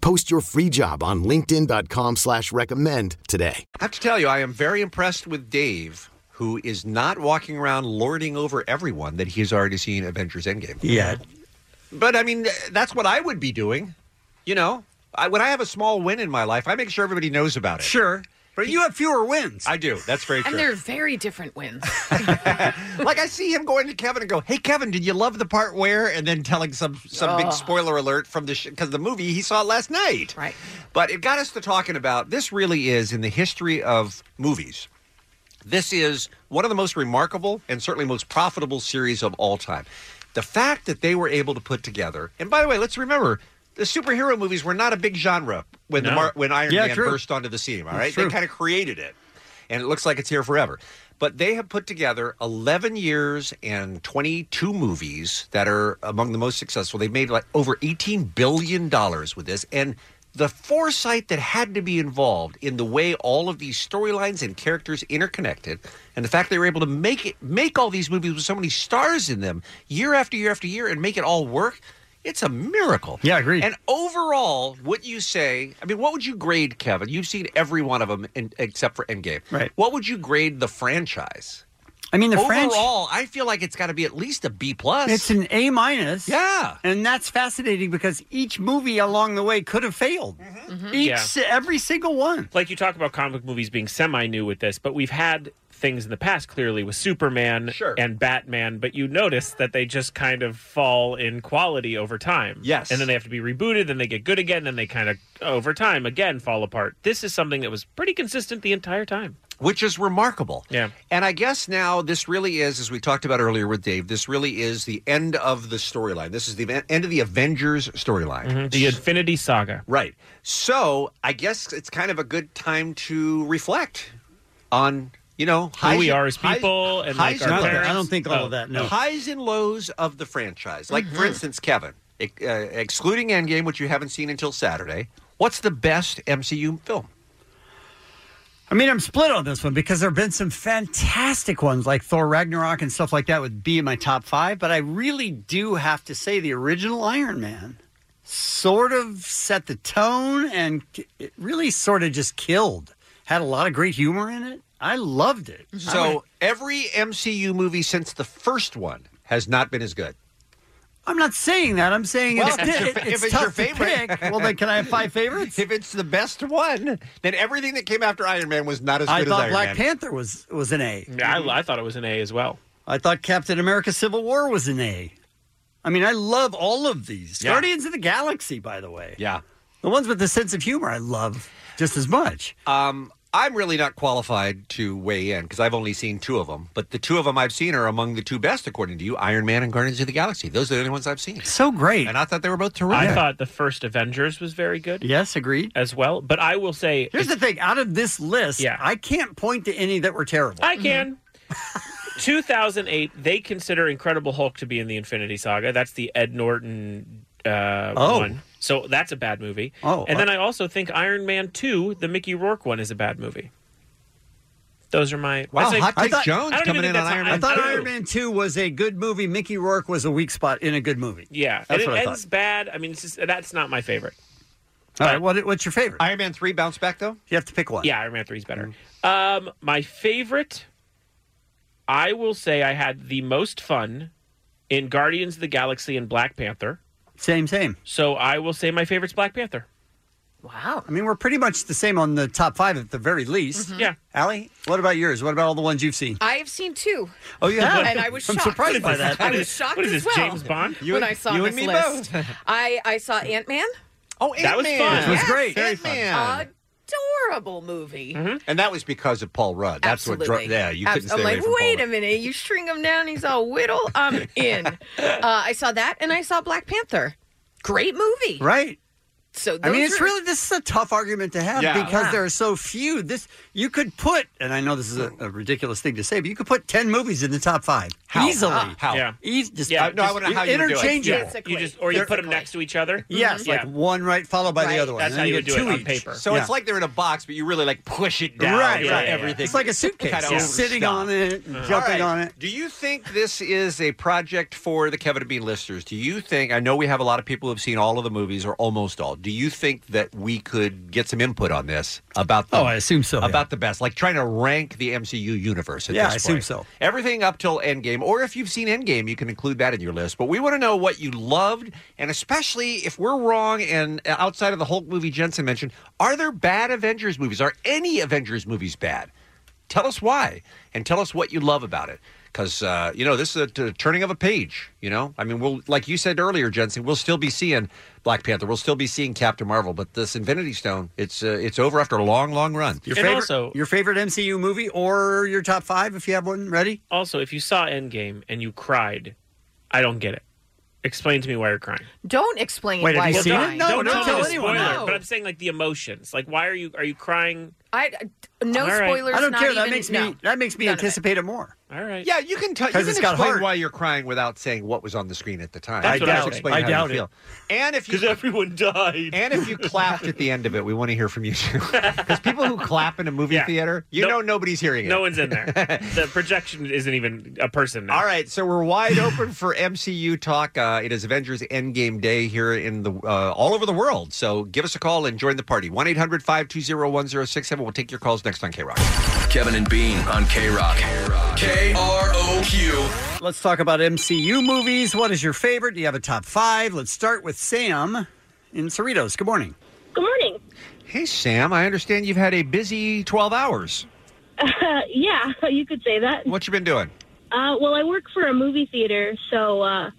S23: Post your free job on linkedin.com/recommend slash recommend today.
S11: I have to tell you, I am very impressed with Dave, who is not walking around lording over everyone that he has already seen Avengers Endgame.
S9: Yeah.
S11: But I mean, that's what I would be doing. You know, I, when I have a small win in my life, I make sure everybody knows about it.
S9: Sure. But you have fewer wins.
S11: I do. That's very
S12: And
S11: true.
S12: they're very different wins.
S11: Like I see him going to Kevin and go, "Hey Kevin, did you love the part where?" And then telling some some
S12: Oh.
S11: big spoiler alert from the because the movie he saw last night.
S12: Right.
S11: But it got us to talking about this. Really is in the history of movies. This is one of the most remarkable and certainly most profitable series of all time. The fact that they were able to put together, and by the way, let's remember the superhero movies were not a big genre when the
S9: No.
S11: Mar- when Iron
S9: Yeah,
S11: Man
S9: true.
S11: burst onto the scene. All
S9: That's
S11: right,
S9: true.
S11: they kind of created it, and it looks like it's here forever. But they have put together 11 years and 22 movies that are among the most successful. They've made like over 18 billion dollars with this, and the foresight that had to be involved in the way all of these storylines and characters interconnected, and the fact they were able to make it make all these movies with so many stars in them year after year after year and make it all work. It's a miracle. Yeah, I agree. And overall, what you say, I mean, what would you grade, Kevin? You've seen every one of them in, except for Endgame. Right. What would you grade the franchise?
S9: I mean, the franchise.
S11: overall, I feel like it's got to be at least a B plus.
S9: It's an A minus.
S11: Yeah,
S9: and that's fascinating because each movie along the way could have failed. Each, every single one.
S6: Like you talk about comic movies being semi new with this, but we've had things in the past clearly with Superman and Batman, but you notice that they just kind of fall in quality over time. Yes. And then they have to be rebooted, then they get good again, then they kind of over time again fall apart. This is something that was pretty consistent the entire time.
S11: Which is remarkable. Yeah. And I guess now this really is, as we talked about earlier with Dave, this really is the end of the storyline. This is the event- end of the Avengers storyline.
S6: Mm-hmm. The Infinity Saga.
S11: Right. So I guess it's kind of a good time to reflect on, you know,
S6: Who we are as people and, like, our
S11: and
S6: parents.
S11: lows.
S6: I don't think all of that, no.
S11: Highs and lows of the franchise. Like, for
S6: Mhm.
S11: instance, Kevin, e- uh, excluding Endgame, which you haven't seen until Saturday, what's the best MCU film?
S9: I mean, I'm split on this one because there have been some fantastic ones like Thor Ragnarok and stuff like that would be in my top five, but I really do have to say the original Iron Man sort of set the tone and k- it really sort of just killed. Had a lot of great humor in it. I loved it.
S11: So every MCU movie since the first one has not been as good.
S9: I'm not saying that. I'm saying
S11: Well,
S9: it's,
S11: if it's your-
S9: it-
S11: if
S9: it's
S11: it's
S9: tough
S11: your favorite.
S9: to pick. Well, then can I have five favorites?
S11: If it's the best one, then everything that came after Iron Man was not as good
S9: I
S11: as
S9: thought
S11: Iron
S9: Black
S11: Man.
S9: Panther was was an A.
S6: Yeah, I, I thought it was an A as well.
S9: I thought Captain America: Civil War was an A. I mean, I love all of these.
S6: Yeah.
S9: Guardians of the Galaxy, by the way.
S11: Yeah.
S9: The ones with the sense of humor, I love just as much.
S11: Um, I'm really not qualified to weigh in because I've only seen two of them. But the two of them I've seen are among the two best, according to you Iron Man and Guardians of the Galaxy. Those are the only ones I've seen.
S9: So great.
S11: And I thought they were both terrific.
S6: I thought Uh, the first Avengers was very good.
S9: Yes, agreed.
S6: As well, but I will say
S9: Here's the thing: out of this list,
S6: Yeah.
S9: I can't point to any that were terrible.
S6: I can. 2008, they consider Incredible Hulk to be in the Infinity Saga. That's the Ed Norton uh,
S9: Oh.
S6: one. So that's a bad movie.
S9: Oh,
S6: and then
S9: uh,
S6: I also think Iron Man 2, the Mickey Rourke one, is a bad movie. Those are my.
S11: Mm-hmm.
S6: I say- I thought- I don't even think that's
S9: I thought
S6: 2.
S9: Iron Man Two was a good movie. Mickey Rourke was a weak spot in a good movie.
S6: Yeah,
S9: that's
S6: and
S9: what
S6: it
S9: I thought.
S6: ends bad. I mean, it's just, that's not my favorite.
S9: All right, what, what's your favorite?
S11: Iron Man three bounce back though.
S9: You have to pick one. Mm-hmm.
S6: Yeah, Iron Man 3 is better. Um, my favorite, I will say I had the most fun in Guardians of the Galaxy and Black Panther.
S9: Same, same.
S6: So I will say my favorite's Black Panther.
S9: Wow. I mean, we're pretty much the same on the top five at the very least.
S6: Mm-hmm.
S12: Mhm. Yeah.
S9: Allie, what about yours? What about all the ones you've seen?
S12: I've seen two.
S9: Oh, you have?
S12: and I was
S9: I'm
S12: shocked.
S9: surprised by that.
S12: I was shocked
S9: What is
S12: as
S9: this,
S12: well.
S9: James Bond? You
S12: when
S9: and-
S12: I saw
S9: you
S12: this
S9: and me
S12: list,
S9: both.
S12: I I saw Ant Man.
S11: Oh,
S6: That was Ant-Man. fun. Which was great. Very
S12: Ant Man, adorable movie.
S6: Mm-hmm.
S11: And that was because of Paul Rudd. That's what
S12: Absolutely.
S11: drove. Yeah, you
S12: Abs-
S11: couldn't
S12: I'm
S11: stay
S12: like,
S11: away from
S12: wait a minute, you string him down, he's all whittle. I'm in. uh, I saw that, and I saw Black Panther. Great movie,
S9: Right.
S12: So
S9: I mean,
S12: those
S9: it's
S12: are-
S9: really this is a tough argument to have
S12: Yeah.
S9: because
S12: Yeah.
S9: there are so few. This you could put, and I know this is a, a ridiculous thing to say, but you could put ten movies in the top five
S11: How?
S9: easily.
S11: How?
S9: Yeah.
S11: Yeah.
S9: Eas- just,
S11: Yeah, no, I wanna know how you would do it.
S9: interchangeable.
S11: Yeah.
S6: You just or you put them next to each other.
S9: Yes,
S6: Mm-hmm. Yeah.
S9: like one right followed by the other one.
S6: That's
S9: and
S6: how
S9: then
S6: you would
S9: get
S6: do it
S9: two
S6: on
S9: each.
S6: paper.
S11: So it's like they're in a box, but you really like push it down.
S9: Right,
S11: for
S9: right, yeah, yeah.
S11: Everything.
S9: It's like a suitcase.
S11: Kinda
S9: You're
S11: overstuff.
S9: sitting on it and jumping
S11: Mm-hmm. All right.
S9: on it.
S11: Do you think this is a project for the Kevin and Bean listeners? Do you think? I know we have a lot of people who've seen all of the movies or almost all. Do you think that we could get some input on this about? The,
S9: Oh, I assume so, yeah.
S11: About the best, like trying to rank the MCU universe. At
S9: Yeah,
S11: this
S9: I assume
S11: point.
S9: so.
S11: Everything up till Endgame, or if you've seen Endgame, you can include that in your list. But we want to know what you loved, and especially if we're wrong and outside of the Hulk movie Jensen mentioned, are there bad Avengers movies? Are any Avengers movies bad? Tell us why, and tell us what you love about it. Because uh, you know this is a t- turning of a page. You know, I mean, we'll like you said earlier, Jensen. We'll still be seeing Black Panther. We'll still be seeing Captain Marvel. But this Infinity Stone, it's uh, it's over after a long, long run.
S9: Your favorite, your favorite MCU movie or your top five if you have one ready?
S6: Also, if you saw Endgame and you cried, I don't get it. Explain to me why you're crying.
S12: Don't explain
S6: Wait, have
S12: why
S6: you
S12: you're
S6: seen it?
S12: crying.
S6: No, Don't don't tell tell
S9: us. anyone.
S6: Spoiler,
S12: No.
S6: but I'm saying like the emotions. Like, why are you are you crying?
S12: I no
S6: All right.
S12: spoilers.
S6: I don't
S12: not
S6: care,
S9: that
S12: even-
S9: makes me
S12: no.
S9: that makes me
S12: None of it.
S9: anticipate it. more.
S6: All right.
S11: Yeah, you can tell. You
S9: 'Cause
S11: can
S9: it's got
S11: explain
S9: heart.
S11: why you're crying without saying what was on the screen at the time.
S9: That's I what I doubt was it.
S11: explain
S9: I
S11: how
S9: doubt
S11: you
S9: it.
S11: feel. And if
S6: because everyone died,
S11: and if you clapped at the end of it, we want to hear from you too. Because people who clap in a movie theater, you know nobody's hearing it.
S6: no one's in there. the projection isn't even a person. Now.
S11: All right, so we're wide open for MCU talk. Uh, it is Avengers Endgame Day here in the uh, all over the world. So give us a call and join the party. 1 800 520 1067. We'll take your calls next on K Rock.
S16: Kevin and Bean on K Rock. K R O Q.
S9: Let's talk about MCU movies. What is your favorite? Do you have a top five? Let's start with Sam in Cerritos. Good morning.
S24: Good morning.
S11: Hey, Sam, I understand you've had a busy 12 hours.
S24: Uh, yeah, you could say that.
S11: What you been doing?
S24: Uh, well, I work for a movie theater, so uh,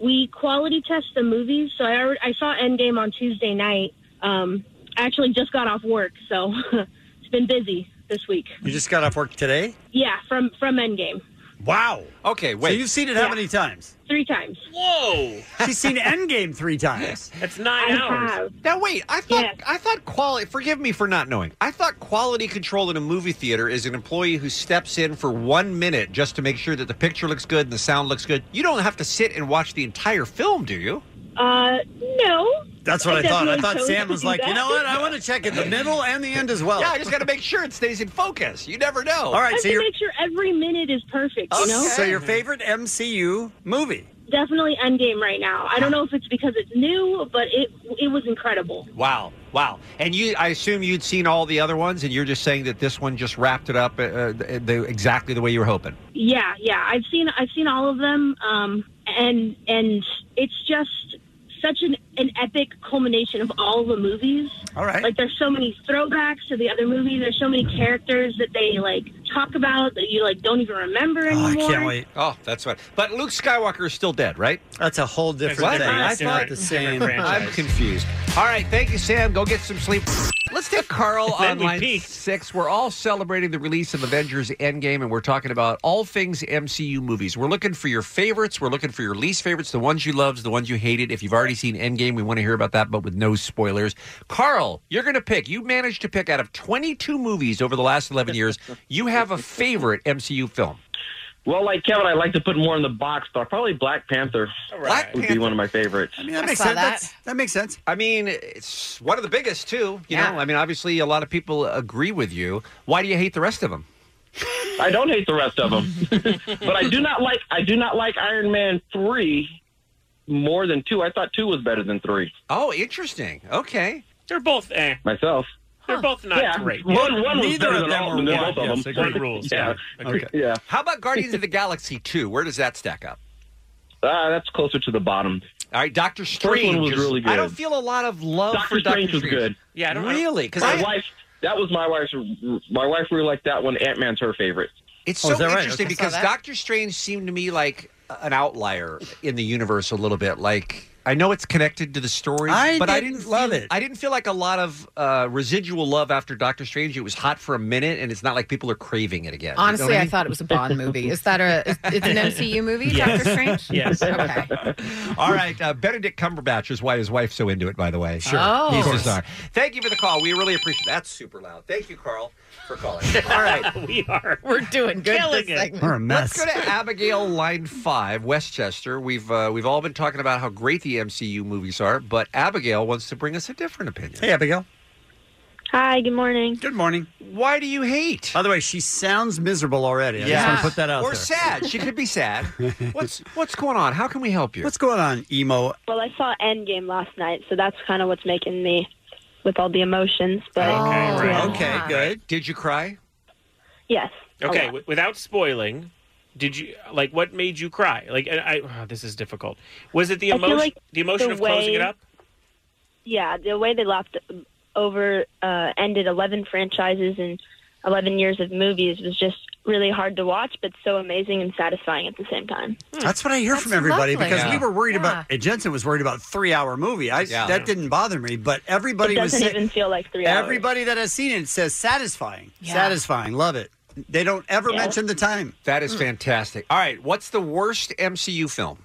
S24: we quality test the movies. So I, alre- I saw Endgame on Tuesday night. Um, I actually just got off work, so it's been busy this week.
S9: You just got off work today?
S24: Yeah, from from Endgame
S9: Wow.
S11: Okay, wait.
S9: So you've seen it how
S24: Yeah.
S9: many times?
S24: three times.
S6: Whoa!
S9: She's seen Endgame three times.
S6: That's nine
S11: I
S6: hours.
S11: have. Now wait, I thought I thought quality. Forgive me for not knowing. I thought quality control in a movie theater is an employee who steps in for one minute just to make sure that the picture looks good and the sound looks good. You don't have to sit and watch the entire film, do you?
S24: Uh, no.
S9: That's what I, thought. I
S24: definitely
S9: thought
S24: chose
S9: Sam
S24: to
S9: was
S24: do
S9: like, you
S24: that.
S9: know what? I want to check at the middle and the end as well.
S11: Yeah, I just got to make sure it stays in focus. You never know.
S9: Oh, All right, so
S24: I have to
S9: you're
S24: make sure every minute is perfect. You know,
S9: so your favorite MCU movie?
S24: definitely Endgame right now. I don't know if it's because it's new, but it it was incredible.
S11: Wow, wow. And you, I assume you'd seen all the other ones, and you're just saying that this one just wrapped it uh, up uh, the, the, exactly the way you were hoping.
S24: Yeah, yeah. I've seen I've seen all of them. Um, and and it's just such an, an epic culmination of all the movies.
S9: All right.
S24: Like there's so many throwbacks to the other movies. There's so many characters that they like talk about that you like don't even remember anymore.
S11: Oh, that's right. But Luke Skywalker is still dead, right?
S9: That's a whole different
S11: What?
S9: thing.
S11: I
S9: It's
S11: thought
S9: not the same.
S11: I'm confused. All right, thank you, Sam. Go get some sleep. Let's take Carl
S9: Then
S11: on
S9: we
S11: line six. We're all celebrating the release of Avengers Endgame, and we're talking about all things MCU movies. We're looking for your favorites. We're looking for your least favorites, the ones you loved, the ones you hated. If you've already seen Endgame, we want to hear about that, but with no spoilers. Carl, you're going to pick. You managed to pick out of 22 movies over the last 11 years. You have a favorite MCU film.
S13: Well, like Kevin, I like to put more in the box, but probably Black Panther
S11: Black
S13: would be one of my favorites.
S9: I mean, that makes sense. That's, that makes sense.
S11: I mean, it's one of the biggest too. You know, I mean, obviously, a lot of people agree with you. Why do you hate the rest of them?
S13: I don't hate the rest of them, but I do not like I do not like Iron Man three more than two. I thought two was better than three.
S11: Oh, interesting. Okay,
S6: they're both eh.
S13: Myself,
S6: They're both not
S13: yeah,
S6: great.
S13: One, one was better than all, than both of them. yeah, yeah.
S11: How about Guardians of the Galaxy two? Where does that stack up?
S13: Ah, that's closer to the bottom.
S11: All right, Doctor
S13: Strange First one was
S11: is-
S13: really good.
S11: I don't feel a lot of love
S13: Doctor
S11: for Doctor
S13: Strange was good.
S6: Yeah, I don't- I don't-
S11: really because
S13: my wife. That was my wife's. My wife really liked that one. Ant Man's her favorite.
S11: It's
S10: Oh,
S11: so interesting because Doctor Strange seemed to me like an outlier in the universe a little bit. Like I know it's connected to the story,
S9: I
S11: but I
S9: didn't
S11: didn't
S9: love
S11: feel,
S9: it.
S11: I didn't feel like a lot of uh, residual love after Doctor Strange. It was hot for a minute, and it's not like people are craving it again. You know
S12: Honestly,
S11: what
S12: I thought it was a Bond movie. Is that a? Is, it's an MCU movie, Doctor Strange?
S11: Yes.
S12: Okay.
S11: All right. Uh, Benedict Cumberbatch is why his wife's so into it, by the way.
S12: Sure. Oh. Of
S11: He's the
S12: course.
S11: star. Thank you for the call. We really appreciate That's super loud. Thank you, Carl, for calling. All right.
S6: we are.
S12: We're doing good.
S11: Killing
S12: this
S11: it.
S12: segment.
S11: Let's go to Abigail, line five, Westchester. We've uh, we've all been talking about how great the MCU movies are, but Abigail wants to bring us a different opinion.
S9: Hey, Abigail.
S7: Hi, good morning.
S9: Good morning.
S11: Why do you hate?
S9: By the way, she sounds miserable already. I just
S11: Yeah.
S9: want to put that out
S11: Or
S9: there.
S11: sad. She could be sad. What's what's going on? How can we help you?
S9: What's going on, emo?
S7: Well, I saw Endgame last night, so that's kind of what's making me with all the emotions. But
S11: Okay, good. Did you cry?
S7: yes,
S6: Okay, w- without spoiling, did you like what made you cry? Like, and I oh, this is difficult. Was it the
S7: I feel
S6: emotion?
S7: like
S6: the emotion
S7: the
S6: of closing
S7: way-
S6: it up?
S7: yeah, the way they left over uh, ended eleven franchises and eleven years of movies was just really hard to watch, but so amazing and satisfying at the same time.
S9: That's what I hear from everybody
S7: Hmm. lovely.
S9: because
S7: Yeah.
S9: we were worried about. and Jensen was worried about three-hour movie. I that didn't bother me, but everybody
S7: it
S9: was
S7: doesn't
S9: sa-
S7: even feel like three hours.
S9: everybody that has seen it says satisfying,
S7: Yeah.
S9: satisfying. Love it. They don't ever mention the time.
S11: That is fantastic. All right, what's the worst MCU film?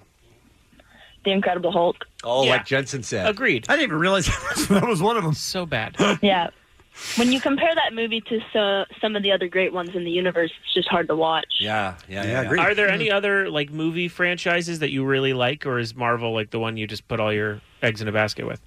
S7: The Incredible Hulk.
S11: Oh,
S7: Yeah.
S11: like Jensen said.
S6: Agreed.
S9: I didn't even realize that was one of them.
S6: So bad.
S7: yeah. When you compare that movie to so, some of the other great ones in the universe, it's just hard to watch.
S11: Yeah, yeah,
S9: yeah.
S6: Are there
S7: Mm-hmm.
S6: any other like movie franchises that you really like, or is Marvel like the one you just put all your eggs in a basket with?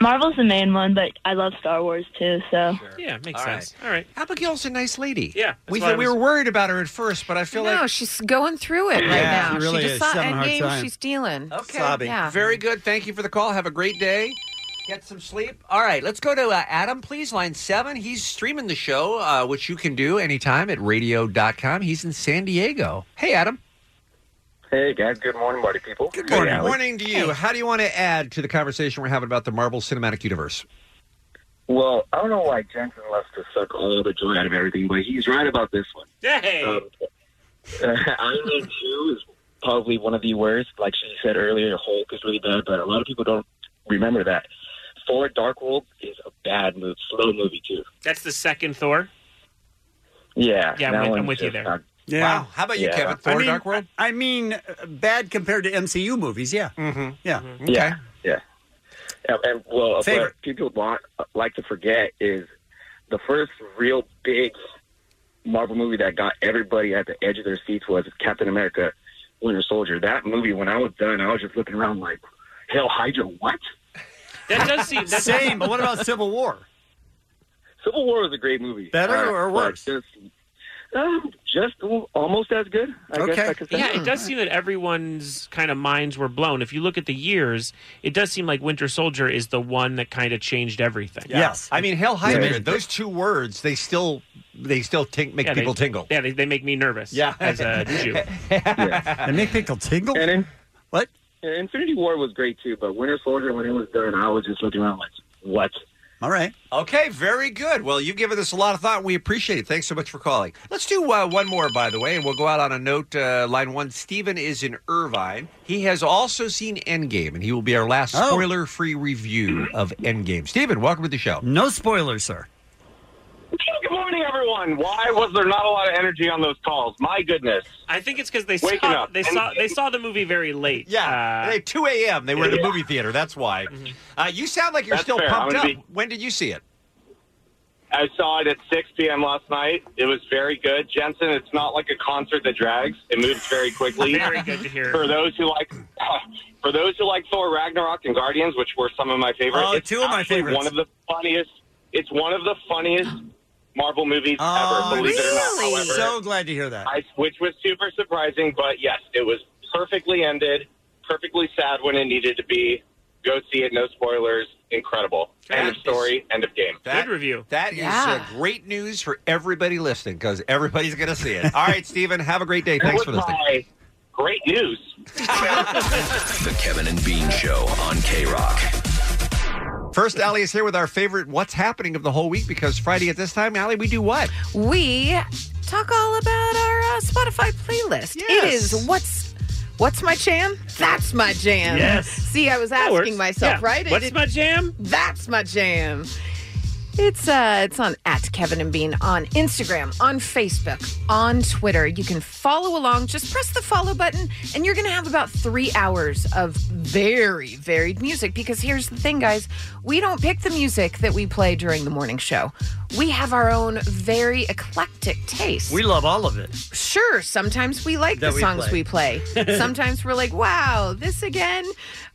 S7: Marvel's the main one, but I love Star Wars too. So
S6: Yeah, it makes
S11: All
S6: sense. All right.
S11: Abigail's a nice lady.
S6: Yeah,
S11: We,
S6: that's why I
S11: we
S6: was-
S11: were worried about her at first, but I feel
S12: no,
S11: like
S12: she's going through it right
S11: Yeah,
S12: now.
S11: she really
S12: just
S11: is.
S12: saw
S11: She's having a hard
S12: Endgame.
S11: time.
S12: She's dealing.
S11: Okay.
S12: Yeah.
S11: Very good. Thank you for the call. Have a great day. Get some sleep. All right, let's go to uh, Adam, please. Line seven. He's streaming the show, uh, which you can do anytime at radio.com. He's in San Diego. Hey, Adam.
S10: Hey guys, good morning, buddy people. Good
S11: Good morning to you. How do you want to add to the conversation we're having about the Marvel Cinematic Universe?
S10: Well, I don't know why Jensen loves to suck all the joy out of everything, but he's right about this one. Um,
S6: Hey.
S10: Uh, Iron Man Two is probably one of the worst. Like she said earlier, Hulk is really bad, but a lot of people don't remember that. Thor: Dark World is a bad movie, slow movie too.
S6: That's the second Thor.
S10: Yeah,
S6: Yeah, I'm
S10: that
S6: with- I'm
S10: one's
S6: with you
S10: just
S6: there.
S10: not-
S9: Yeah.
S10: Yeah.
S9: I mean, I mean, uh, bad compared to MCU movies. Yeah. Mm-hmm. Yeah.
S10: Yeah, yeah. And, and, well,
S9: Favorite.
S10: what people want, uh, like to forget is the first real big Marvel movie that got everybody at the edge of their seats was Captain America: Winter Soldier. That movie, when I was done, I was just looking around like, "Hell, Hydra, what?"
S6: That does seem that
S9: Same, but what about Civil War?
S10: Civil War was a great movie.
S9: Better
S10: Uh,
S9: or
S10: but
S9: worse?
S10: Just, um, just almost as good. I guess I could say.
S6: Yeah, it does seem that everyone's kind of minds were blown. If you look at the years, it does seem like Winter Soldier is the one that kind of changed everything.
S11: I mean, Hell
S6: Yeah.
S11: Hydra. Those two words, they still they still tink, make
S6: Yeah, they-
S11: people tingle. Uh,
S6: Yeah, they, they make me nervous.
S11: Yeah.
S6: as a Jew.
S9: And make people tingle.
S10: And in,
S9: What?
S10: Yeah, Infinity War was great too, but Winter Soldier, when it was done, I was just looking around like, what?
S9: All right.
S11: Okay, very good. Well, you've given us a lot of thought. We appreciate it. Thanks so much for calling. Let's do uh, one more, by the way, and we'll go out on a note. Uh, line one Stephen is in Irvine. He has also seen Endgame, and he will be our last
S9: Oh.
S11: spoiler free review of Endgame. Stephen, welcome to the show.
S9: No spoilers, sir.
S13: Good morning, everyone. Why was there not a lot of energy on those calls? My goodness.
S6: I think it's because they
S13: Waking
S6: saw
S13: up.
S6: they saw they saw the movie very late.
S11: Yeah,
S6: Uh,
S11: at 2 a.m. They were in the
S6: yeah.
S11: movie theater. That's why. Uh, you sound like you're
S13: That's
S11: still
S13: fair. I'm
S11: pumped up.
S13: gonna be-
S11: When did you see it?
S13: I saw it at 6 p.m. last night. It was very good. Jensen, it's not like a concert that drags. It moves very quickly.
S6: Very good to hear.
S13: For those who like for those who like Thor Ragnarok and Guardians, which were some of my favorites.
S9: Oh,
S13: it's
S9: two of my
S13: actually
S9: favorites.
S13: One of the funniest. It's one of the funniest Marvel movies
S9: Oh,
S13: ever. Believe it or not.
S9: I'm
S13: However,
S9: so glad to hear that.
S13: I, which was super surprising, but yes, it was perfectly ended, perfectly sad when it needed to be. Go see it, no spoilers. Incredible. end of story, end of game.
S6: good review.
S11: That is
S13: Yeah.
S11: uh, great news for everybody listening because everybody's going to see it. All right, Stephen, have a great day. Thanks for listening.
S13: Great news.
S16: The Kevin and Bean Show on K Rock.
S11: First, Allie is here with our favorite What's Happening of the whole week because Friday at this time, Allie, we do what?
S12: We talk all about our uh, Spotify playlist. It is what's what's my jam? That's my jam.
S18: Yes.
S12: See, I was
S18: That works.
S12: asking myself,
S18: Yeah.
S12: right? I
S18: What's
S12: didn't-
S18: my jam?
S12: That's my jam. It's uh it's on at Kevin and Bean on Instagram, on Facebook, on Twitter. You can follow along. Just press the follow button and you're gonna have about three hours of very varied music. Because here's the thing, guys, we don't pick the music that we play during the morning show. We have our own very eclectic taste.
S9: We love all of it.
S12: Sure, sometimes we like
S9: That
S12: the
S9: we
S12: songs
S9: play.
S12: we play. sometimes we're like, wow, this again.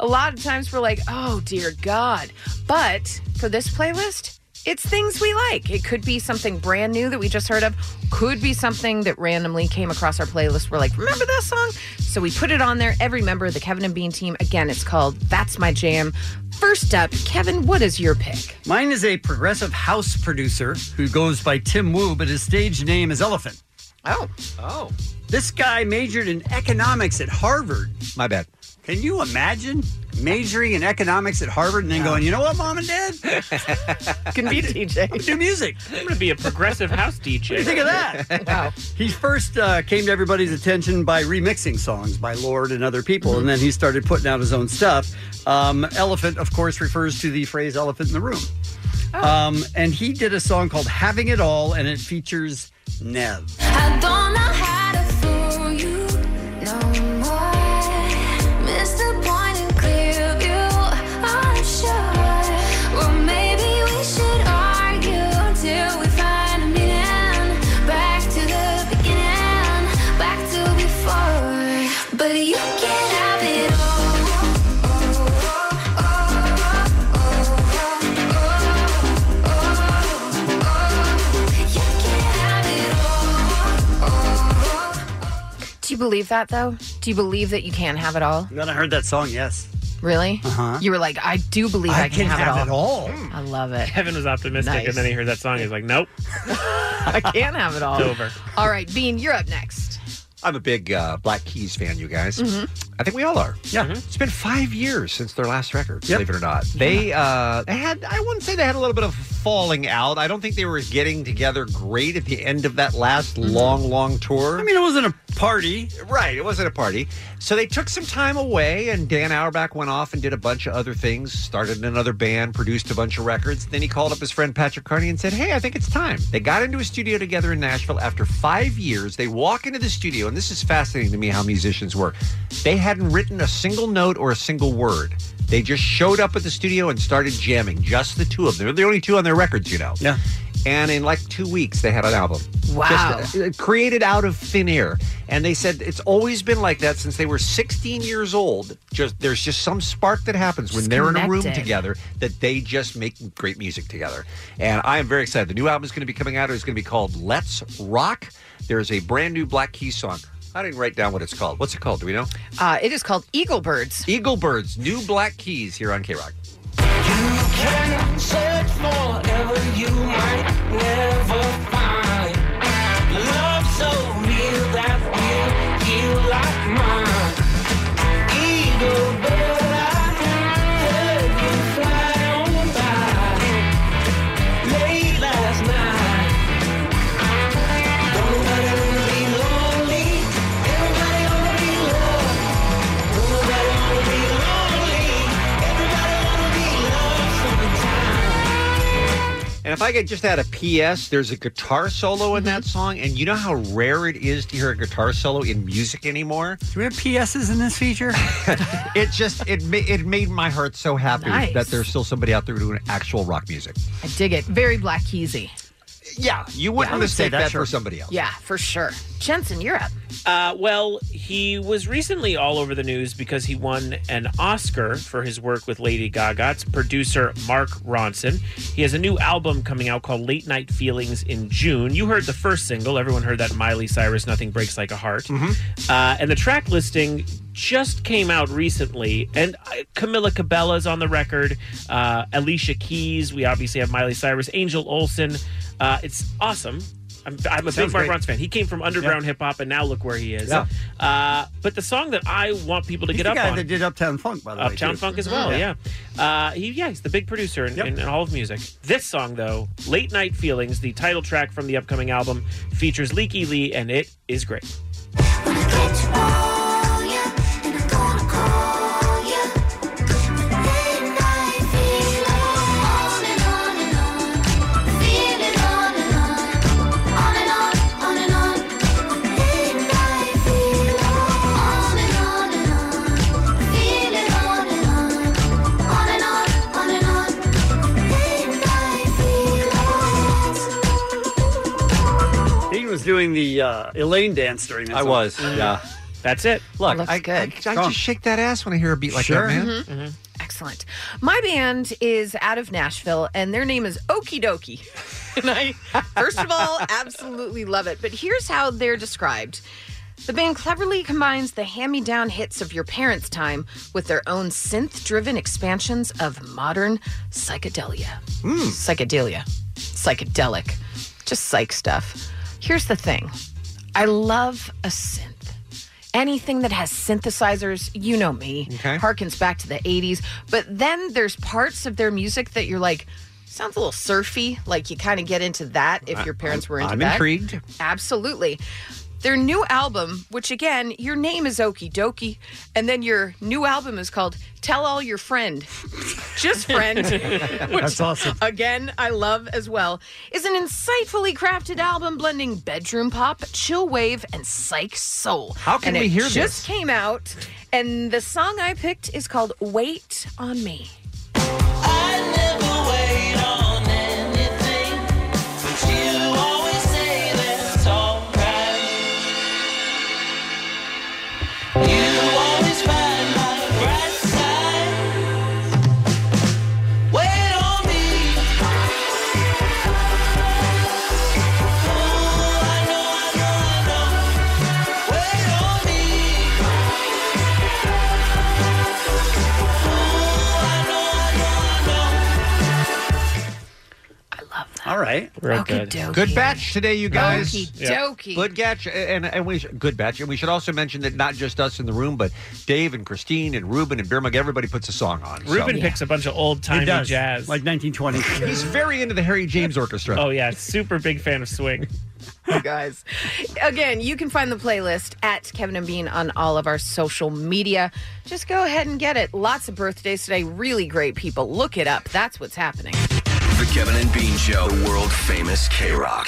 S12: A lot of times we're like, oh, dear God. But for this playlist, it's things we like. It could be something brand new that we just heard of, could be something that randomly came across our playlist. We're like, remember that song? So we put it on there. Every member of the Kevin and Bean team, again, it's called That's My Jam. First up, Kevin, what is your pick?
S9: Mine is a progressive house producer who goes by Tim Wu, but his stage name is Elephant.
S12: Oh.
S11: Oh.
S9: This guy majored in economics at Harvard.
S11: My bad.
S9: Can you imagine majoring in economics at Harvard and then going, you know what, mom and dad?
S12: Can be DJ.
S9: do music.
S6: I'm going to be a progressive house DJ.
S9: What do you think of that?
S12: wow.
S9: He first uh, came to everybody's attention by remixing songs by Lord and other people, and then he started putting out his own stuff. Um, elephant, of course, refers to the phrase elephant in the room.
S12: Oh.
S9: Um, and he did a song called Having It All, and it features Nev.
S18: I don't know how to fool you no more. Missed the point in clear view, I'm sure. Well, maybe we should argue till we find a meaning. Back to the beginning, back to before. But you can have it all.
S12: Do you believe that though? Do you believe that you can have it all?
S9: Then I heard that song, yes.
S12: Really?
S9: Uh-huh.
S12: You were like, I do believe I, can, have, it all. I love it.
S6: Kevin was optimistic,
S12: Nice.
S6: and then he heard that song. He's like, "Nope,
S12: I can have it all."
S6: It's over.
S12: All right, Bean, you're up next.
S11: I'm a big uh, Black Keys fan, you guys.
S12: Mhm.
S11: I think we all are.
S9: Yeah.
S11: It's been five years since their last record, believe it or not. They uh, they had, I wouldn't say they had a little bit of falling out. I don't think they were getting together great at the end of that last long, long tour. I
S9: mean, it wasn't a party.
S11: Right, it wasn't a party. So they took some time away, and Dan Auerbach went off and did a bunch of other things, started another band, produced a bunch of records. Then he called up his friend Patrick Carney and said, Hey, I think it's time. They got into a studio together in Nashville after five years. They walk into the studio, and this is fascinating to me how musicians work. They hadn't written a single note or a single word. They just showed up at the studio and started jamming, just the two of them. They're the only two on their records, you know.
S9: Yeah.
S11: And in like two weeks, they had an album.
S12: Wow.
S11: Just, uh, created out of thin air. And they said it's always been like that since they were 16 years old. Just there's just some spark that happens when
S16: Just
S11: they're in a room
S16: connected.
S11: together that they just make great music together. And I am very excited. The new album is going to be coming out. It's going to be called Let's Rock. There's a brand new Black Keys song. I didn't write down what it's called. What's it called? Do we know?
S12: Uh, it is called Eagle Birds.
S11: Eagle Birds, new Black Keys here on K Rock.
S18: can search forever, you might never find love so real that will heal like mine. Eat
S11: And if I could just add a PS, there's a guitar solo in that
S9: Mm-hmm.
S11: song, and you know how rare it is to hear a guitar solo in music anymore.
S9: Do we have PSs in this feature?
S11: it just it ma- it made my heart so happy
S12: Nice.
S11: that there's still somebody out there doing actual rock music.
S12: I dig it. Very Black Keysy.
S11: Yeah, you wouldn't
S12: I would say
S11: mistake that
S12: that's
S11: for
S12: your-
S11: somebody else.
S12: Yeah, for sure. Jensen, you're up.
S6: Uh, well, he was recently all over the news because he won an Oscar for his work with Lady Gaga. It's producer Mark Ronson. He has a new album coming out called Late Night Feelings in June. You heard the first single. Everyone heard that Miley Cyrus, Nothing Breaks Like a Heart.
S25: Mm-hmm.
S6: Uh, and the track listing just came out recently, and uh, Camilla Cabella's on the record. Uh, Alicia Keys. We obviously have Miley Cyrus, Angel Olsen. Uh, it's awesome. I'm, I'm a
S25: Sounds
S6: big Mark
S25: great.
S6: Ronson fan. He came from underground hip hop, and now look where he is.
S9: Yeah.
S6: Uh, but the song that I want people to
S9: He's
S6: get
S9: the
S6: up
S9: guy
S6: on
S9: that did Uptown Funk, by the way.
S6: Uptown
S9: too.
S6: Funk as well. Yeah, Uh, he yeah he's the big producer in, in all of music. This song though, Late Night Feelings, the title track from the upcoming album, features Leaky Lee, and it is great.
S9: He was doing the uh, Elaine dance during that.
S11: I
S9: song.
S11: was, yeah.
S6: That's it.
S11: Look,
S12: Looks
S11: I,
S12: Mm. good.
S11: I, I just shake that ass when I hear a beat like
S9: Sure. Mm-hmm.
S11: that, man.
S12: Mhm. Excellent. My band is out of Nashville, and their name is Okie Dokie. And I, first of all, absolutely love it. But here's how they're described. The band cleverly combines the hand me down hits of your parents' time with their own synth driven expansions of modern psychedelia. Psychedelia. Psychedelic. Just psych stuff. Here's the thing I love a synth. Anything that has synthesizers, you know me, harkens back to the 80s. But then there's parts of their music that you're like, sounds a little surfy. Like you kind of get into that if your parents were into
S11: I'm
S12: that.
S11: intrigued.
S12: Absolutely. Their new album, which again, your name is Okie Dokie, and then your new album is called Tell All Your Friend. Just Friend. which,
S9: That's awesome.
S12: Again, I love as well, is an insightfully crafted album blending bedroom pop, chill wave, and psych soul.
S11: How can
S12: and
S11: we
S12: it
S11: hear
S12: just
S11: this?
S12: came out, and the song I picked is called Wait on Me.
S9: All right.
S11: Real
S9: good.
S11: Good batch today, you guys.
S9: Okey Yeah. dokey.
S11: Good batch, and and we should, good batch, and we should also mention that not just us in the room, but Dave and Christine and Ruben and Beer Mug, everybody puts a song on.
S6: Ruben picks a bunch of old
S11: He
S6: timey
S11: does,
S6: jazz,
S9: like 1920s.
S11: He's very into the Harry James Orchestra.
S6: Oh yeah, super big fan of swing.
S12: you guys. Again, you can find the playlist at Kevin and Bean on all of our social media. Just go ahead and get it. Lots of birthdays today. Really great people. Look it up. That's what's happening.
S16: The Kevin and Bean Show, the world famous K Rock.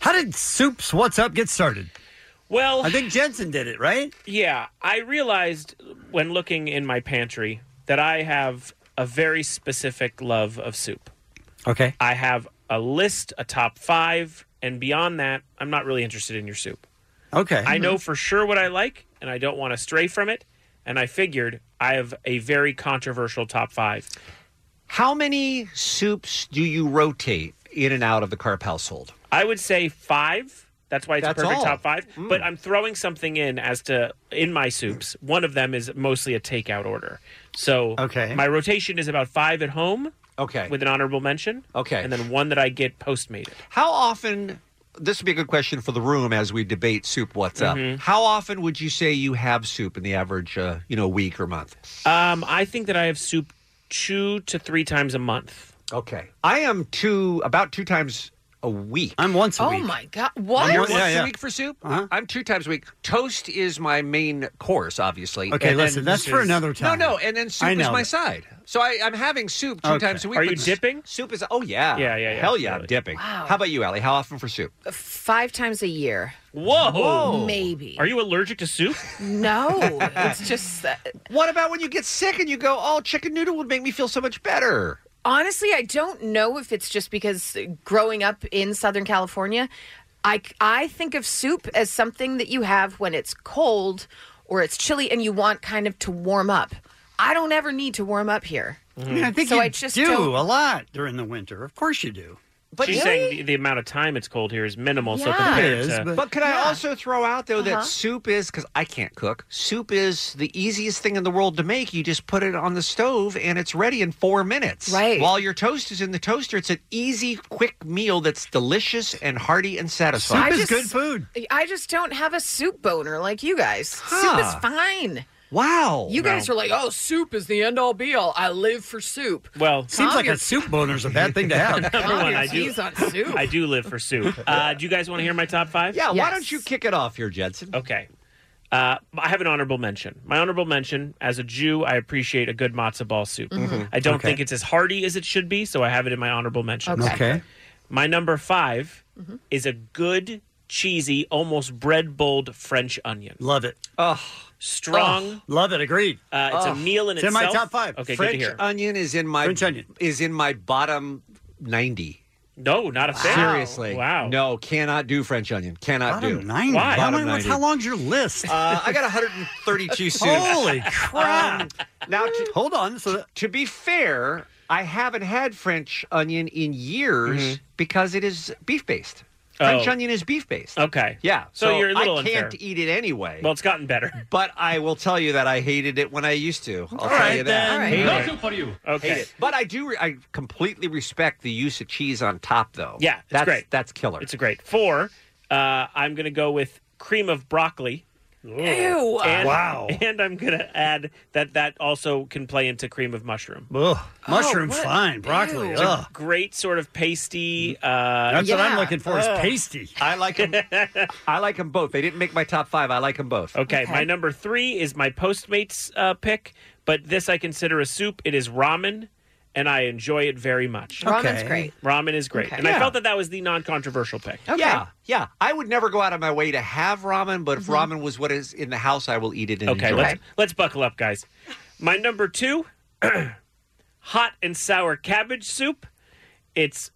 S9: How did Soups What's Up get started?
S6: Well,
S9: I think Jensen did it, right?
S6: Yeah, I realized when looking in my pantry that I have a very specific love of soup.
S9: Okay.
S6: I have a list, a top five, and beyond that, I'm not really interested in your soup.
S9: Okay.
S6: I
S11: Mm-hmm.
S6: know for sure what I like, and I don't want to stray from it. And I figured I have a very controversial top five.
S11: How many soups do you rotate in and out of the Carp household?
S6: I would say five. That's why it's
S11: That's
S6: a perfect
S11: all.
S6: top five.
S9: Mm.
S6: But I'm throwing something in as to in my soups. One of them is mostly a takeout order. So
S9: Okay.
S6: my rotation is about five at home,
S11: Okay.
S6: with an honorable mention.
S11: Okay.
S6: And then one that I get postmated.
S11: How often? This would be a good question for the room as we debate soup. What's
S6: Mhm.
S11: up? How often would you say you have soup in the average, uh, you know, week or month?
S6: Um, I think that I have soup two to three times a month.
S11: Okay. I am two about two times a week. I'm once
S12: Oh my god! What?
S11: I'm once a week for soup. I'm two times a week. Toast is my main course, obviously.
S9: Okay,
S11: And then
S9: listen, that's
S11: this
S9: for
S11: is-
S9: another time.
S11: No, no, and then soup
S9: I
S11: is
S9: know
S11: my
S9: that.
S11: side. So I, I'm having soup two
S9: Okay.
S11: times a week.
S9: Are you
S11: but
S9: dipping?
S11: Soup is oh yeah,
S9: Yeah, yeah, yeah,
S11: hell yeah,
S9: really.
S11: I'm dipping.
S12: Wow.
S11: How about you, Allie? How often for soup?
S12: Five times a year.
S6: Whoa.
S12: Maybe.
S6: Are you allergic to soup?
S12: No, it's just that.
S11: What about when you get sick and you go, "Oh, chicken noodle would make me feel so much better."
S12: Honestly, I don't know if it's just because growing up in Southern California, I, I think of soup as something that you have when it's cold or it's chilly and you want kind of to warm up. I don't ever need to warm up here.
S9: I mean, Mm-hmm. I think
S12: so
S9: you
S12: I just
S9: do
S12: don't-
S9: a lot during the winter. Of course you do.
S12: But
S6: She's
S12: really?
S6: saying the, the amount of time it's cold here is minimal. So
S9: Yeah.
S6: compared
S9: It is,
S6: to,
S9: but-
S11: But can I also throw out though
S9: Uh-huh.
S11: that soup is because I can't cook. Soup is the easiest thing in the world to make. You just put it on the stove and it's ready in four minutes.
S12: Right.
S11: While your toast is in the toaster, it's an easy, quick meal that's delicious and hearty and satisfying.
S12: I just- I just don't have a soup boner like you guys. Soup is
S11: Huh.
S12: fine.
S11: Wow.
S12: You guys are like, oh, soup is the end all be all. I live for soup.
S6: Well,
S9: Seems like a soup boner is a bad thing to have.
S6: Number one, I do.
S12: He's on soup.
S6: I do live for soup. Uh, do you guys want to hear my top five?
S11: Yeah, why Yes. don't you kick it off here, Jensen?
S6: Okay. Uh, I have an honorable mention. My honorable mention, as a Jew, I appreciate a good matzo ball soup.
S11: Mhm.
S6: I don't
S11: Okay.
S6: think it's as hearty as it should be, so I have it in my honorable mention.
S11: Okay. Okay.
S6: My number 5 is a good, cheesy, almost bread bowled French onion.
S9: Love it.
S11: Oh,
S6: strong.
S9: Oh, Love it. Agreed.
S6: Uh, it's a
S11: Oh.
S6: meal in
S9: It's in
S6: itself.
S9: my top five.
S6: Okay,
S11: French
S6: good to hear.
S11: onion is in my French onion. is in my bottom ninety.
S6: No, not a fan.
S11: Seriously.
S6: Wow.
S11: No, cannot do French onion. Cannot
S9: Bottom
S11: do.
S9: 90. Why? How
S11: Bottom
S9: long- what's-
S11: 90.
S9: how long's your list?
S11: Uh, I got 132 soon. Um,
S9: Holy crap.
S11: now, to,
S9: hold on. So
S11: to be fair, I haven't had French onion in years because it is beef based. French
S6: Mm-hmm. Oh.
S11: onion is beef based.
S6: Okay.
S11: Yeah.
S6: So, you're a little
S11: I can't
S6: unfair.
S11: eat it anyway.
S6: Well, it's gotten better.
S11: But I will tell you that I hated it when I used to. I'll
S6: All
S11: tell
S6: right,
S11: you that.
S6: then. All right.
S11: Hate
S6: No
S11: it.
S6: soup for you.
S11: Hate
S6: Okay.
S11: it. But I do. Re- I completely respect the use of cheese on top, though.
S6: Yeah, it's
S11: that's
S6: great.
S11: That's killer.
S6: It's a great four. Uh, I'm going to go with cream of broccoli.
S12: Ew.
S6: And,
S12: Wow.
S6: And I'm going to add that that also can play into cream of mushroom.
S9: Ugh,
S6: mushroom,
S9: mushroom, fine. Broccoli.
S6: Oh, It's
S9: Ugh.
S6: a great sort of pasty. Uh,
S9: That's what I'm looking for is pasty.
S11: I like them. I like them both. They didn't make my top five. I like them both.
S6: Okay, my number three is my Postmates uh, pick, but this I consider a soup. It is ramen, and I enjoy it very much.
S11: Ramen's Okay. great.
S6: Ramen is great,
S11: Okay.
S6: and I
S11: Yeah.
S6: felt that that was the non-controversial pick.
S11: Yeah, yeah. I would never go out of my way to have ramen, but if
S6: Mm-hmm.
S11: ramen was what is in the house, I will eat it and
S6: Okay,
S11: enjoy
S6: let's
S11: it.
S6: let's buckle up, guys. My number two, hot and sour cabbage soup. It's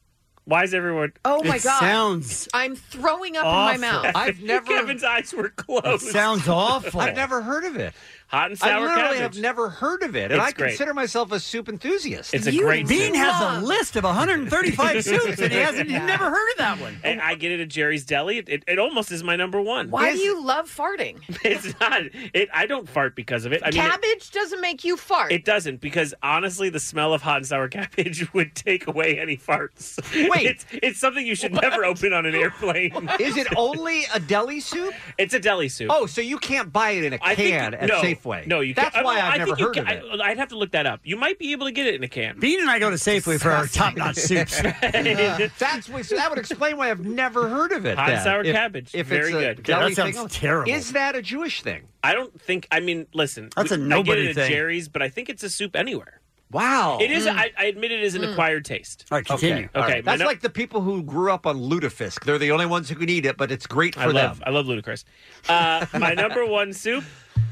S6: why is everyone?
S12: Oh my god! I'm throwing up in my mouth.
S11: I've never.
S6: Kevin's eyes were closed.
S11: I've never heard of it.
S6: Hot and
S11: I
S6: sour
S11: literally
S6: cabbage.
S11: have never heard of it, and
S6: It's
S11: I
S6: great.
S11: consider myself a soup enthusiast.
S6: It's a You great
S9: Bean has a list of 135 soups, and he hasn't he's never heard of that one.
S6: And I get it at Jerry's Deli. It, it, it almost is my number one.
S12: Why do you love farting?
S6: It's not. It. I don't fart because of it. I mean, it-
S12: Cabbage doesn't make you fart.
S6: It doesn't because honestly, the smell of hot and sour cabbage would take away any farts.
S11: Wait.
S6: it's, it's something you should never open on an airplane.
S11: Is it only a deli soup?
S6: It's a deli soup.
S11: Oh, so you can't buy it in a
S6: I
S11: can
S6: think
S11: at
S6: no,
S11: Safeway.
S6: No, you.
S11: That's
S6: can't.
S11: why
S6: I,
S11: I've
S6: I
S11: never
S6: think you
S11: heard of
S6: can-
S11: it.
S6: I, would have to look that up. You might be able to get it in a can.
S9: Bean and I go to Safeway for our top notch soups.
S11: That's what, so that would explain why I've never heard of it.
S6: Hot and
S11: then.
S6: sour
S11: If-
S6: cabbage.
S11: If
S6: Very
S11: it's
S6: good.
S11: a deli thing only. Is that a Jewish thing?
S6: I don't think. I mean, listen.
S11: That's a
S6: we- I
S11: nobody
S6: get it
S11: thing.
S6: at Jerry's, but I think it's a soup anywhere.
S11: Wow.
S6: It is. I, I admit it is an
S11: Mm.
S6: acquired taste.
S9: All right,
S6: Okay.
S11: All right.
S6: my
S11: That's
S6: nu-
S11: like the people who grew up on lutefisk. They're the only ones who can eat it, but it's great for
S6: I love.
S11: them.
S6: I love ludicrous. Uh, my number one soup,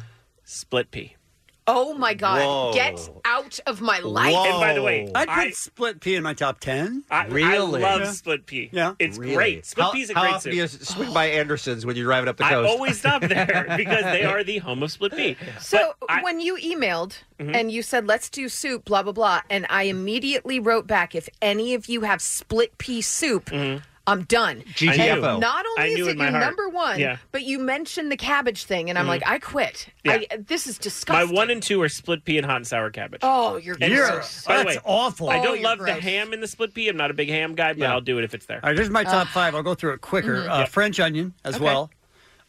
S6: split pea.
S12: Oh my god!
S9: Whoa.
S12: Get out of my life!
S6: And by the way,
S9: I'd put
S6: I-
S9: split pea in my top 10.
S6: I, I love split pea.
S9: Yeah.
S6: it's great. Split
S11: how,
S6: pea's a
S11: how
S6: great
S11: often
S6: soup.
S11: do you swing by Anderson's when you're driving up the
S6: I
S11: coast?
S6: always stop there because they are the home of split pea.
S12: So when you emailed
S6: Mhm.
S12: and you said let's do soup,
S6: Mm-hmm.
S12: blah blah blah, and I immediately wrote back if any of you have split pea soup, I'm done.
S11: GTFO.
S12: And Not
S11: I
S12: only
S11: knew
S12: is
S11: in
S12: it
S11: my
S12: your
S11: heart.
S12: number one,
S6: Yeah.
S12: but you mentioned the cabbage thing, and I'm
S6: Mhm.
S12: like, I quit.
S6: Yeah.
S12: I, this is
S6: My
S12: disgusting.
S6: one and two are split pea and hot and sour cabbage.
S12: Oh, you're
S6: And
S12: gross.
S6: by the
S12: That's
S6: way,
S12: awful.
S6: I
S12: Oh,
S6: don't
S12: you're
S6: love the
S12: gross.
S6: ham in the split pea. I'm not a big ham guy, but I'll do it if it's there.
S9: All right, here's my top five. I'll go through it quicker.
S6: Mhm.
S9: Uh,
S6: Yep.
S9: French onion as
S6: Okay. Mm-hmm.
S9: well.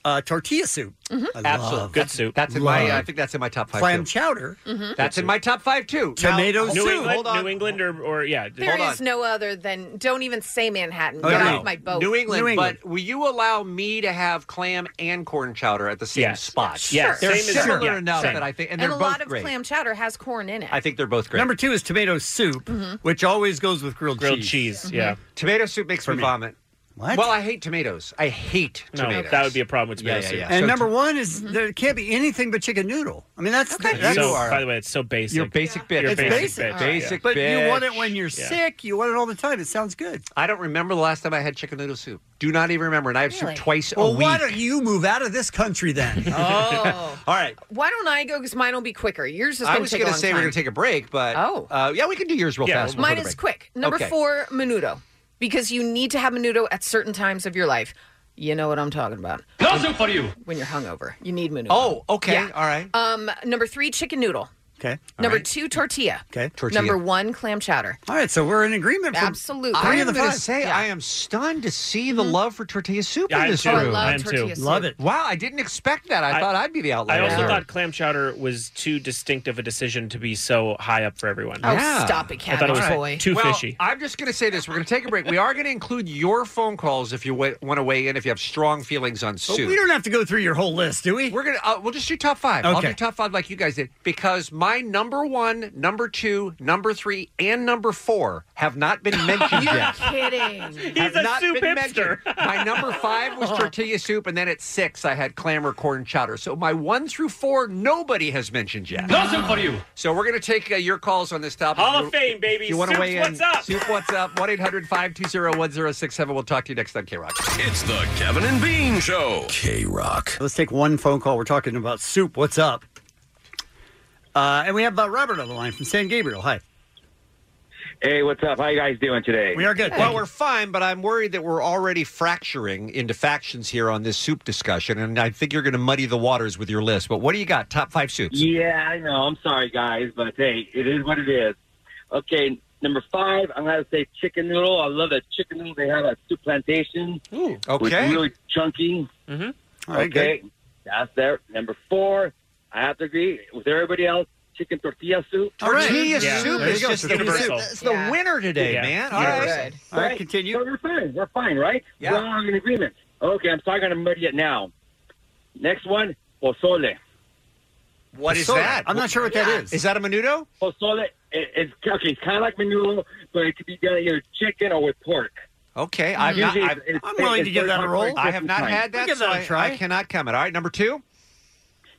S9: Uh, tortilla soup. I
S11: Absolute
S9: love-
S11: good soup. That's in my. uh, I think that's in my top five.
S9: Clam
S11: too.
S9: chowder.
S12: Mm-hmm.
S11: That's in my top five too.
S9: Tomato
S11: Now-
S9: soup.
S6: New England,
S11: Hold on.
S6: New England, or, or yeah.
S12: There is no other than don't even say Manhattan.
S11: No,
S12: Get
S11: no,
S12: off
S11: no.
S12: my boat.
S11: Oh, New England, But will you allow me to have clam and corn chowder at the same
S6: Yes.
S11: spot?
S6: Yes.
S11: They're
S6: Same as-
S11: similar
S6: yeah,
S11: enough
S6: same.
S11: that I think, and
S12: and,
S11: they're
S12: a
S11: both
S12: lot of
S11: great.
S12: clam chowder has corn in it.
S11: I think they're both great.
S9: Number two is tomato soup,
S6: Mm-hmm.
S12: Mhm.
S9: which always goes with grilled,
S11: Grilled
S6: cheese, Mhm. yeah.
S11: tomato soup makes me, vomit.
S9: What?
S11: Well, I hate tomatoes. I hate
S6: No,
S11: tomatoes.
S6: that would be a problem with tomato
S11: yeah,
S6: soup.
S11: Yeah, yeah.
S9: And
S11: So
S9: number one is
S6: Mm-hmm.
S9: there can't be anything but chicken noodle. I mean, that's the that's
S6: So,
S11: uh,
S6: by the way, it's so basic.
S11: You're basic bitch.
S6: You're
S9: It's
S6: basic,
S9: basic.
S6: bitch.
S11: Basic
S9: But you want it
S11: bitch.
S9: when you're
S11: Yeah.
S9: sick. You want it all the time. It sounds good.
S11: I don't remember the last time I had chicken noodle soup. Do not even remember. And I have
S12: Really?
S11: soup twice
S9: Well,
S11: a week.
S9: why don't you move out of this country then?
S12: Oh.
S11: All right.
S12: Why don't I go? Because mine will be quicker. Yours is
S11: I
S12: going to
S11: was
S12: take a
S11: going to
S12: long
S11: say
S12: time.
S11: we're going to take a break, but
S12: Oh.
S11: uh, yeah, we can do yours real fast. before
S12: Mine
S11: the
S12: is
S11: break.
S12: quick. Number
S11: Okay.
S12: four, menudo, because you need to have menudo at certain times of your life. You know what I'm talking about.
S11: Nothing for you.
S12: When you're hungover, you need menudo.
S11: Oh, okay.
S12: Yeah.
S11: All right.
S12: Um, number three, chicken noodle.
S9: Okay.
S12: number two, tortilla.
S9: Okay.
S12: Number one, clam chowder.
S9: All right, so we're in agreement. for
S12: Absolutely.
S11: I am
S9: Three of the
S11: going to
S9: five.
S11: say I am stunned to see the love for tortilla soup
S6: Yeah, I
S11: in
S6: am
S11: this
S6: too.
S11: room.
S6: I Mm-hmm. love I am too. tortilla soup.
S11: Love it. Wow, I didn't expect that. I, thought I'd be the outlier.
S6: I also
S11: here.
S6: thought clam chowder was too distinct of a decision to be so high up for everyone.
S11: Yeah.
S6: I thought Oh, it was too
S11: Well,
S6: fishy.
S11: I'm just going to say this. We're going to take a break. We are going to include your phone calls if you wa- want to weigh in, if you have strong feelings on
S9: But
S11: soup.
S9: we don't have to go through your whole list, do we?
S11: We're gonna. Uh, we'll just do top five. I'll
S9: Okay.
S11: do top five like you guys did because my number one, number two, number three, and number four have not been mentioned yet.
S12: kidding.
S11: Have not been mentioned. My number five was tortilla soup, and then at six I had clam or corn chowder. So my one through four nobody has mentioned yet.
S6: Nothing for you.
S11: So we're gonna take uh, your calls on this topic.
S6: Hall
S11: You-
S6: of Fame, baby.
S11: If you want to
S6: Soups,
S11: weigh in?
S6: what's up?
S11: Soup, what's up? One 1067 We'll talk to you next time, K Rock.
S16: It's the Kevin and Bean Show. K Rock.
S9: Let's take one phone call. We're talking about soup. What's up? Uh, and we have uh, Robert on the line from San Gabriel. Hi.
S10: Hey, what's up? How you guys doing today?
S9: We are good.
S11: Well, we're fine, but I'm worried that we're already fracturing into factions here on this soup discussion, and I think you're going to muddy the waters with your list. But what do you got? Top five soups?
S10: Yeah, I know. I'm sorry, guys, but hey, it is what it is. Okay, number five, I'm gonna say chicken noodle. I love that chicken noodle they have at Soup Plantation.
S11: Ooh,
S10: It's really chunky.
S9: Mm-hmm.
S10: okay, that's there. Number four, I have to agree with everybody else. Chicken tortilla soup.
S11: Tortilla soup is just the, it's the
S10: Yeah.
S11: winner today,
S10: Yeah.
S11: man. All
S10: Yeah.
S11: right.
S10: Good.
S11: All right.
S9: continue.
S10: So we're fine. We're fine, right?
S11: Yeah.
S10: We're all in agreement. Okay, I'm sorry I'm going to muddy it now. Next one, pozole.
S11: What is Pozole. that? I'm not sure what that Yeah. is. Is that a menudo?
S10: Pozole. It, it's okay. It's kind of like menudo, but it could be done either chicken or with pork.
S11: Okay, I've not,
S10: Usually
S11: I've,
S10: it's- it's- it's very popular
S11: I have not
S10: Christmas
S11: had
S10: time.
S11: that, so I, I cannot comment. All right, number two.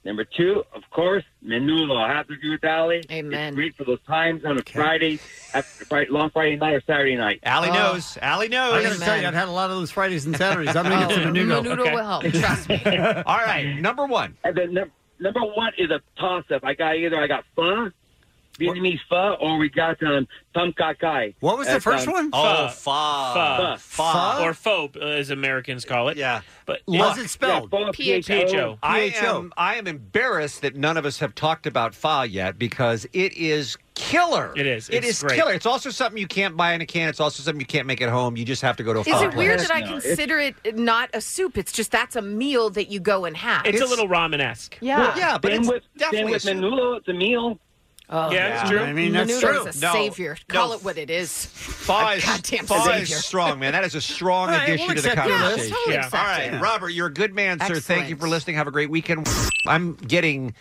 S10: Number two, of course, menudo. I have to agree with Allie. Amen. It's great for those times on a Friday, after Friday, long Friday night or Saturday night.
S11: Allie knows. Allie
S10: Oh,
S11: knows.
S9: Oh. I got to tell you, I've had a lot of those Fridays and Saturdays. I'm going to get some menudo.
S12: Trust
S10: me.
S11: All right, number one.
S10: And then num- number one is a toss-up. I got either I got pho, Vietnamese pho, or we got um, tom kha um, kai.
S9: What
S6: was the first one?
S11: Oh,
S6: Pho.
S11: fa.
S6: Pho. Or phobe, uh, as Americans call it.
S11: Yeah.
S6: But
S11: How's
S6: Yeah.
S11: it spelled?
S6: Yeah, pho, P-H-O.
S11: I am, I am embarrassed that none of us have talked about pho yet because it is killer. It is. It
S6: It's
S11: is
S6: great.
S11: killer. It's also something you can't buy in a can. It's also something you can't make at home. You just have to go to a
S12: Is
S11: pho
S12: it weird
S11: place.
S12: that I consider it not a soup? It's just that's a meal that you go and have.
S6: It's, a little ramen esque.
S12: Yeah. Well, yeah, but
S10: same
S12: it's
S10: with,
S12: definitely
S10: same with
S12: a soup.
S10: menudo. It's a meal.
S12: Oh,
S6: Yeah, it's true.
S12: Menudo is a savior. Call it what it is.
S11: Pho
S12: a
S11: is,
S12: goddamn
S11: pho is
S12: savior.
S11: strong, man. That is a strong
S12: All right,
S11: addition
S12: we'll
S11: to the
S12: accept it. Yeah,
S11: conversation.
S12: totally accept
S11: All right,
S12: it.
S11: Robert, you're a good man, sir. Thank you for listening. Have a great weekend. I'm getting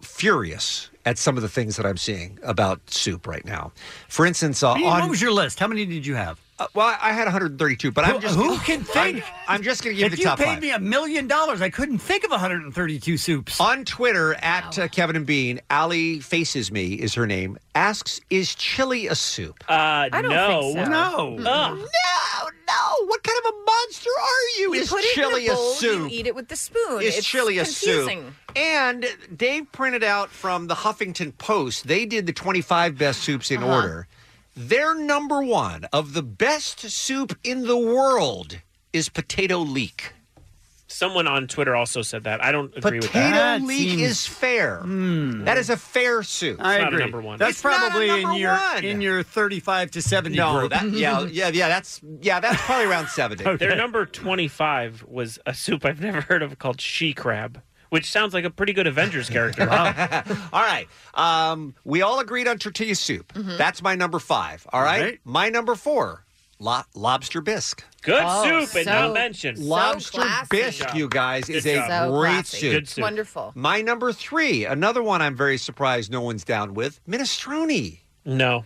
S11: furious at some of the things that I'm seeing about soup right now. For instance, uh,
S9: Ian,
S11: on,
S9: what was your list? How many did you have?
S11: Uh, well, I- I had 132, but
S9: Who-
S11: I'm just
S9: who can
S11: I'm-
S9: think?
S11: I'm, just going to give
S9: if
S11: you the top
S9: you paid
S11: five.
S9: me a million dollars, I couldn't think of 132 soups.
S11: On Twitter, at uh, Kevin and Bean, Allie Faces Me is her name, asks, is chili a soup?
S6: Uh,
S11: I don't
S6: no.
S11: think so. No. Mm-mm.
S6: Ugh.
S11: No, no. What kind of a monster are you?
S12: You
S11: Is
S12: put it
S11: chili
S12: in
S11: a
S12: a, bowl,
S11: soup?
S12: You eat it with the spoon.
S11: Is
S12: it's
S11: chili a soup?
S12: confusing.
S11: And Dave printed out from the Huffington Post, they did the 25 best soups in
S12: Uh-huh.
S11: order. Their number one of the best soup in the world is potato leek.
S6: Someone on Twitter also said that. I don't agree with
S11: Potato
S6: that.
S11: leek is fair.
S9: Hmm.
S11: That is a fair soup.
S6: I It's not a agree. number one.
S9: That's
S11: It's not a
S9: probably in
S11: number
S9: your
S11: one.
S9: in your thirty-five to seventy
S11: no,
S9: group.
S11: that, yeah, yeah, yeah. That's yeah, that's probably around seventy.
S6: Their number 25 was a soup I've never heard of called She Crab, which sounds like a pretty good Avengers character.
S11: all right. Um, we all agreed on tortilla soup.
S6: Mm-hmm.
S11: That's my number five. All right.
S6: Alright.
S11: My number four, lo- lobster bisque.
S6: Good Oh, soup and no so- mention. so
S11: Lobster
S6: classy. Good
S11: bisque,
S6: job.
S11: you guys, is
S6: Good
S11: a
S6: job. So
S11: great
S6: classy.
S11: soup.
S6: Good soup. Wonderful.
S11: My number three, another one I'm very surprised no one's down with, minestrone.
S6: No.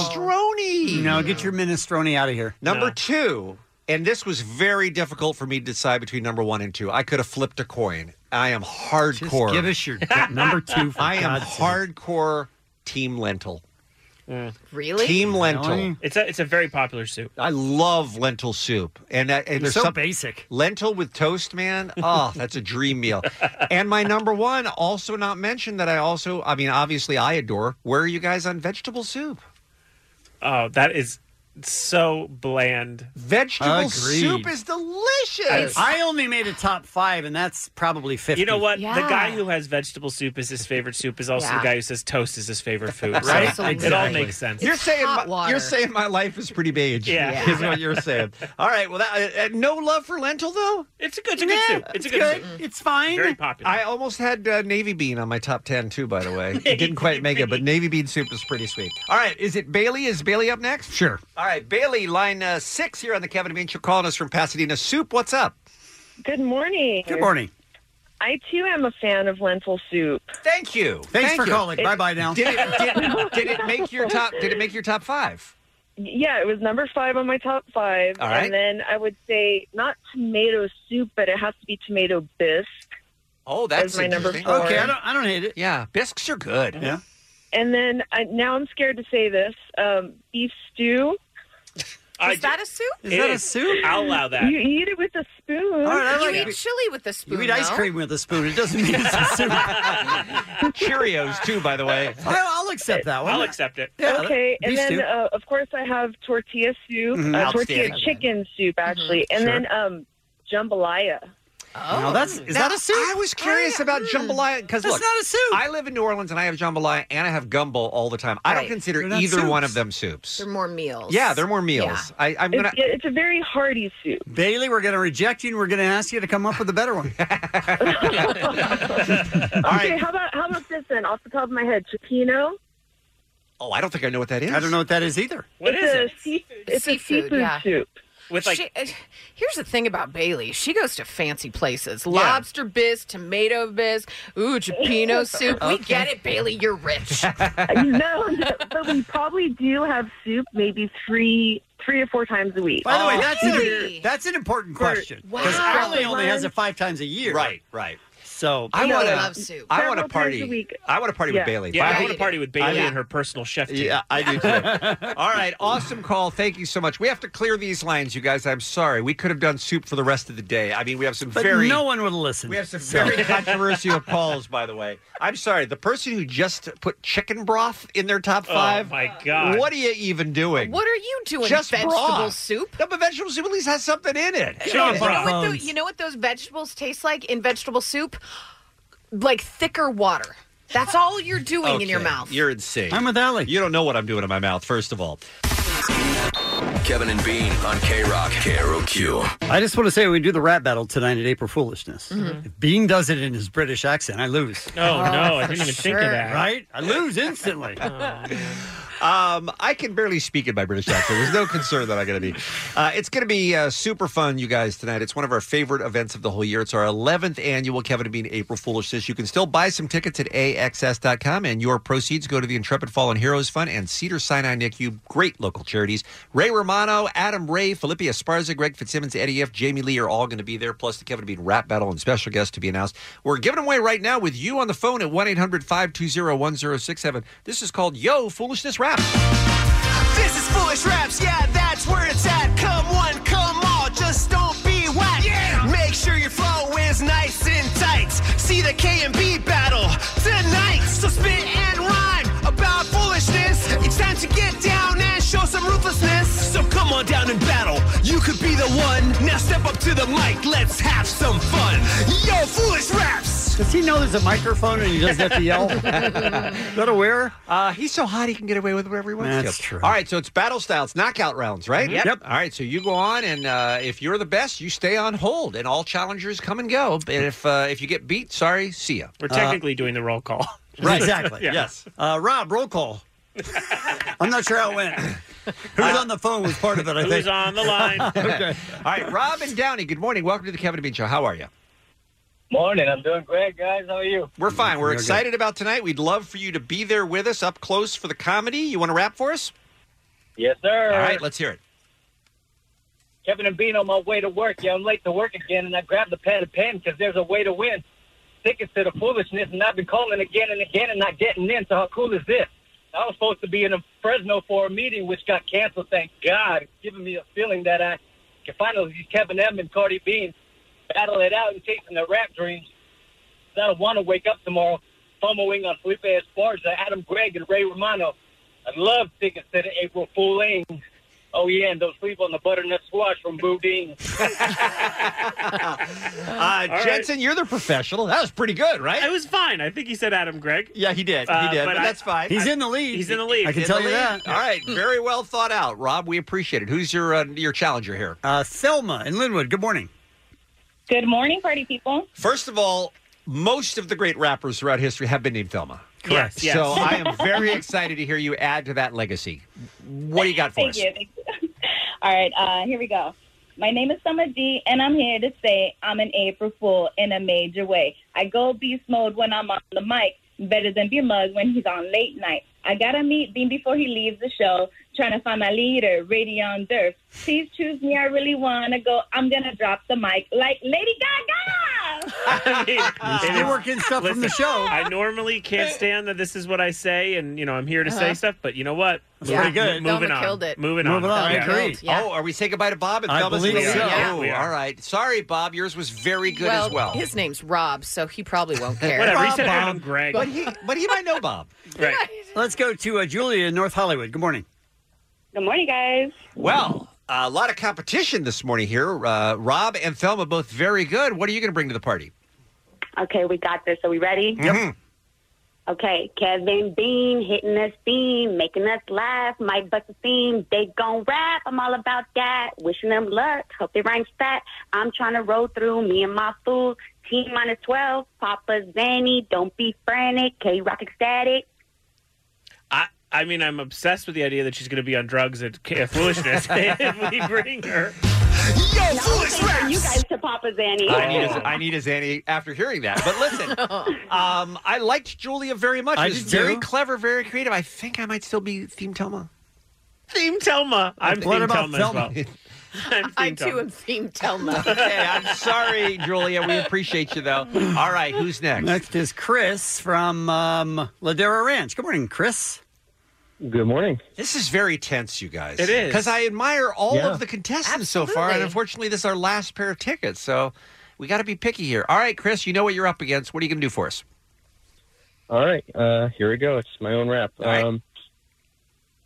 S11: Minestrone.
S9: No, get your minestrone out of here.
S11: Number two, and this was very difficult for me to decide between number one and two. I could have flipped a coin. I am hardcore.
S9: give us your number two, for
S11: I am
S9: God's sake.
S11: hardcore team lentil.
S12: Really?
S11: Team lentil.
S6: It's a it's a very popular soup.
S11: I love lentil soup, and, I- and
S6: It's
S11: there's
S6: so
S11: some-
S6: basic.
S11: Lentil with toast, man. Oh, that's a dream meal. And my number one, also not mentioned that I also, I mean, obviously I adore. Where are you guys on vegetable soup?
S6: Oh, that is so bland.
S11: Vegetable
S9: Agreed. soup
S11: is delicious.
S9: I only made a top five, and that's probably fifty.
S6: You know what? The guy who has vegetable soup is his favorite soup is also
S9: Yeah.
S6: the guy who says toast is his favorite food.
S11: Right?
S6: So it all makes sense.
S11: You're saying my, you're saying my life is pretty beige.
S6: Yeah. Yeah.
S11: is what you're saying. All right. Well, that, uh, uh, no love for lentil though.
S6: It's a good, it's a good soup. It's a good soup.
S9: It's fine.
S6: Very popular.
S11: I almost had uh, navy bean on my top ten too. By the way, it didn't quite make it, but navy bean soup is pretty sweet. All right. Is it Bailey? Is Bailey up next?
S9: Sure.
S11: All right, Bailey, line uh, six here on the Kevin and Bean Show, calling us from Pasadena. Soup, what's up?
S25: Good morning.
S11: Good morning.
S25: I too am a fan of lentil soup.
S11: Thank you.
S25: Thanks
S11: Thank
S25: for
S11: you.
S25: calling. Bye-bye now.
S11: Did it, did, did it make your top? Did it make your top five?
S25: Yeah, it was number five on my top five.
S11: All right.
S25: And then I would say not tomato soup, but it has to be tomato bisque.
S11: Oh,
S25: that's That's my number interesting. four.
S9: Okay, I don't, I don't hate it.
S11: Yeah, bisques are good.
S9: Yeah.
S25: And then I, now I'm scared to say this um, beef stew.
S12: Is that a soup?
S25: You eat it with a spoon.
S9: All right, I like
S12: you
S9: it.
S12: eat chili with a spoon.
S9: You eat ice
S12: though.
S9: cream with a spoon. It doesn't mean it's a soup.
S11: Cheerios too, by the way.
S9: I'll, I'll accept that one.
S6: I'll accept it.
S25: okay, and
S9: beef
S25: then
S9: stew.
S25: uh, of course I have tortilla soup,
S9: Mhm.
S25: uh, tortilla
S9: Outstanding. Mm-hmm.
S25: chicken soup actually, and
S9: Sure. Oh.
S25: then um, jambalaya. Mm.
S11: Now, that's is that a soup? I was curious about jambalaya because
S25: That's
S11: look,
S25: not
S11: a soup. I live in New Orleans and I have jambalaya and I have gumbo all the time. I don't
S12: Right.
S11: consider
S12: They're not
S11: either one
S12: soups.
S11: of them soups.
S12: They're more meals.
S11: Yeah, they're more meals. I, I'm gonna.
S25: a very hearty soup.
S9: Bailey, we're going to reject you and we're going to ask you to come up with a better one.
S25: okay, how about how about this then? Off the top of my head, chipino.
S11: oh, I don't think I know what that is.
S9: I don't know what that is either.
S25: it's a Seafood, it's
S12: Seafood,
S25: a seafood
S12: yeah.
S25: soup.
S6: With
S12: She- uh, here's the thing about Bailey. She goes to fancy places. Lobster bisque, tomato bisque, ooh, chipino soup. We
S25: Okay.
S12: get it, Bailey. You're rich.
S25: no, no, but we probably do have soup maybe three three or four times a week. Oh.
S9: By the way, that's an, that's an important question because Allie only has it five times a year.
S11: Right, right.
S9: So
S11: I
S9: You
S11: want
S9: know
S11: to.
S9: I love soup.
S11: I want to
S9: Several times a
S11: party.
S9: week.
S11: I want to party
S9: Yeah.
S11: with Bailey.
S9: Yeah,
S6: I
S11: Bye.
S6: want to party with Bailey
S11: Yeah.
S6: and her personal chef team.
S11: Yeah, I do too. All right, awesome call. Thank you so much. We have to clear these lines, you guys. I'm sorry. We could have done soup for the rest of the day. I mean, we have some
S9: But
S11: very
S9: no one would listen.
S11: We have some very controversial calls, by the way. I'm sorry. The person who just put chicken broth in their top
S12: Oh,
S11: five.
S12: my God.
S11: What are you even doing?
S12: What are you doing?
S11: Just
S12: vegetable
S11: broth.
S12: soup?
S11: No, but vegetable soup at least has something in it.
S12: You know, what tho- you know what those vegetables taste like in vegetable soup? Like thicker water. That's all you're doing in your
S11: Okay,
S12: mouth.
S11: You're insane.
S9: I'm with Allie.
S11: You don't know what I'm doing in my mouth, first of all.
S16: Kevin and Bean on K Rock. K R O Q.
S9: I just want to say we do the rap battle tonight at April Foolishness. If Bean does it in his British accent, I lose.
S6: Oh, no, I didn't even think of that.
S9: Right? I lose instantly.
S11: Um, I can barely speak in my British accent. There's no concern that I'm going to be. Uh, it's going to be uh, super fun, you guys, tonight. It's one of our favorite events of the whole year. It's our 11th annual Kevin and Bean April Foolishness. You can still buy some tickets at AXS.com, and your proceeds go to the Intrepid Fallen Heroes Fund and Cedar Sinai NICU, great local charities. Ray Romano, Adam Ray, Felipe Esparza, Greg Fitzsimmons, Eddie F., Jamie Lee are all going to be there, plus the Kevin and Bean Rap Battle and special guests to be announced. We're giving away right now with you on the phone at 1 800 520 1067. This is called Yo Foolishness Rap.
S8: This is Foolish Raps, yeah, that's where it's at. Come one, come all, just don't be whack. Yeah. Make sure your flow is nice and tight. See the K and B battle tonight. So spit and rhyme about foolishness. It's time to get down and show some ruthlessness. So come on down and battle. You could be the one. Now step up to the mic. Let's have some fun. Yo, foolish raps.
S9: Does he know there's a microphone and he doesn't have to yell? Is that aware?
S11: Uh, he's so hot he can get away with whatever he wants
S9: That's
S11: to.
S9: true.
S11: All right, so it's battle style. It's knockout rounds, right?
S9: Yep. Yep.
S11: All right, so you go on, and uh, if you're the best, you stay on hold, and all challengers come and go. And if uh, if you get beat, sorry, see ya. Uh,
S6: We're technically doing the roll call.
S9: Right, exactly.
S6: Yeah.
S9: Yes. Uh, Rob, roll call. I'm not sure how it went. Who's on the phone was part of it, I think.
S11: okay. All right, Robin Downey. Good morning. Welcome to the Kevin and Bean Show. How are you?
S26: Morning. I'm doing great, guys. How are you?
S11: We're fine. We're
S26: We're good.
S11: excited about tonight. We'd love for you to be there with us up close for the comedy. You want to rap for us?
S26: Yes, sir.
S11: All right, let's hear it.
S26: Kevin and Bean on my way to work. Yeah, I'm late to work again, and I grabbed the pad and pen because there's a way to win. Tickets to the foolishness, and I've been calling again and again and not getting in. So how cool is this? I was supposed to be in Fresno for a meeting, which got canceled. Thank God, it's giving me a feeling that I can finally see Kevin M and Cardi B battle it out and chasing their rap dreams. I don't want to wake up tomorrow fumbling on Felipe Esparza, Adam Gregg, and Ray Romano. I love tickets to the April Fooling. Oh yeah, and don't sleep on the butternut squash from Boudin.
S11: Uh,
S26: right.
S11: Jensen, you're the professional. That was pretty good, right?
S6: It was fine. I think he said Adam Gregg.
S11: Yeah, he did. He
S6: Uh,
S11: did.
S6: but
S11: But,
S6: I-
S11: that's fine.
S6: He's in the lead. He's in the lead. I can
S11: in
S6: tell
S11: the
S6: you
S11: lead.
S6: that.
S11: All right. Very well thought out, Rob. We appreciate it. Who's your uh, your challenger here?
S9: Uh, Thelma in Linwood. Good morning.
S17: Good morning, party people.
S11: First of all, most of the great rappers throughout history have been named Thelma.
S6: Correct. Yes.
S11: So I am very excited to hear you add to that legacy. What do you got for
S17: Thank
S11: us?
S17: you. Thank you. All right, uh, here we go. My name is Summer D, and I'm here to say I'm an April Fool in a major way. I go beast mode when I'm on the mic, better than Beer Mug when he's on late night. I gotta meet Bean before he leaves the show, trying to find my leader, Radion Durf. Please choose me, I really wanna go. I'm gonna drop the mic like Lady Gaga!
S6: They
S9: still working stuff
S6: from the show. I normally can't stand that this is what I say, and you know I'm here to
S11: Uh-huh.
S6: say stuff. But you know what?
S11: That's pretty good.
S6: Moving
S11: Thelma
S6: on.
S11: killed it.
S6: Moving on.
S11: Moving on.
S6: Yeah.
S11: Oh, are we saying goodbye to Bob and
S6: I
S11: Thelma's
S6: believe
S11: lead?
S6: so. Yeah.
S11: Oh,
S6: We are.
S11: all right. Sorry, Bob. Yours was very good as well.
S12: His name's Rob, so he probably won't
S6: Eh,
S12: care.
S11: Whatever, he said
S9: Adam Gregg.
S11: But he, but he might know Bob.
S6: Right.
S9: Let's go to uh, Julia in North Hollywood. Good morning.
S17: Good morning, guys.
S11: Well, a lot of competition this morning here. Uh, Rob and Thelma both very good. What are you going to bring to the party?
S19: Okay, we got this. Are we ready? Okay, Kevin Bean hitting us beam, making us laugh. Might bust a theme. They gon' rap. I'm all about that. Wishing them luck. Hope they rank stat. I'm trying to roll through me and my fool. T minus 12. Papa Zanny. Don't be frantic. K Rock ecstatic.
S6: I, I mean, I'm obsessed with the idea that she's going to be on drugs and ca- foolishness. if we bring her.
S19: Yo, no, foolish You guys to Papa Zanny.
S11: I need a, I need a Zanny after hearing that. But listen, um, I liked Julia very much.
S6: I
S11: She's
S6: did
S11: very
S6: too.
S11: clever, very creative. I think I might still be Theme Thelma.
S6: Theme Thelma. I'm
S11: What
S6: Theme
S11: about
S6: Thelma,
S11: Thelma?
S6: as well. I'm
S12: I
S6: Theme Thelma.
S12: too am theme Telma.
S11: okay, I'm sorry, Julia. We appreciate you though. All right, who's next?
S9: Next is Chris from um, Ladera Ranch. Good morning, Chris.
S11: Good morning. This is very tense, you guys.
S9: It is.
S11: because I admire all
S9: Yeah.
S11: of the contestants so far, and
S9: Absolutely.
S11: unfortunately, this is our last pair of tickets. So we got to be picky here. All right, Chris, you know what you're up against. What are you going to do for us?
S26: All right, uh, here we go. It's my own rap. Um,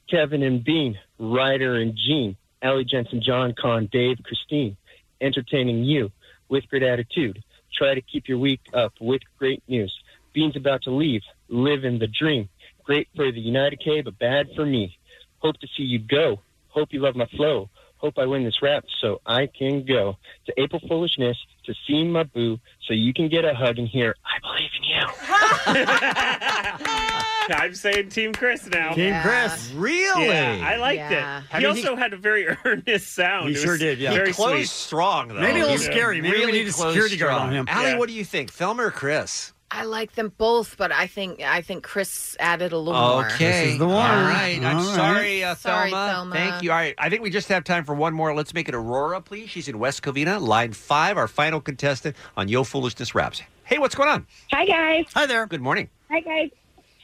S26: Kevin and Bean, Ryder and Gene, Allie Jensen, John Con, Dave, Christine, entertaining you with great attitude. Try to keep your week up with great news. Bean's about to leave, living the dream. Great for the United K, but bad for me. Hope to see you go. Hope you love my flow. Hope I win this rap so I can go to April Foolishness to see my boo so you can get a hug in here. I believe in you.
S6: I'm saying Team Chris now.
S26: Team Yeah. Chris.
S11: Really?
S6: Yeah, I liked
S11: Yeah.
S6: it.
S11: I
S6: he
S11: mean, he-
S6: also had a very earnest sound.
S11: He
S6: It
S11: sure
S6: was
S11: did, yeah. He
S6: Very
S11: closed
S6: sweet.
S11: strong, though.
S9: Maybe a little
S11: Yeah.
S9: scary. Maybe
S11: Really
S9: we need a
S11: close
S9: security guard
S11: strong.
S9: on him.
S11: Allie, what do you think, Thelma or Chris?
S12: I like them both, but I think I think Chris added a little more.
S11: Okay. All right. I'm
S9: All right.
S11: sorry, uh,
S12: Sorry,
S11: Thelma.
S12: Thelma.
S11: Thank you. All right. I think we just have time for one more. Let's make it Aurora, please. She's in West Covina, line five, our final contestant on Yo Foolishness Raps. Hey, what's going on?
S17: Hi, guys.
S9: Hi there.
S11: Good morning.
S17: Hi, guys.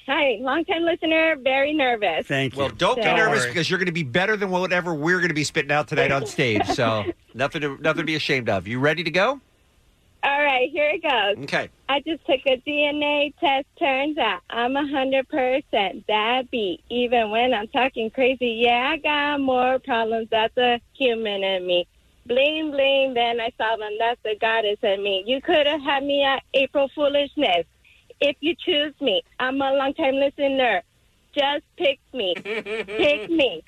S17: Hi, longtime listener, very nervous.
S11: Well, don't be
S17: So-
S11: nervous because you're going to be better than whatever we're going to be spitting out tonight on stage. So nothing to nothing to be ashamed of. You ready to go?
S22: All right, here it goes.
S11: Okay.
S22: I just took a DNA test. Turns out I'm a 100% diabetes. Even when I'm talking crazy, yeah, I got more problems. That's a human in me. Bling, bling, then I saw them. That's the goddess in me. You could have had me at April Foolishness. If you choose me, I'm a long time listener. Just pick me. pick me.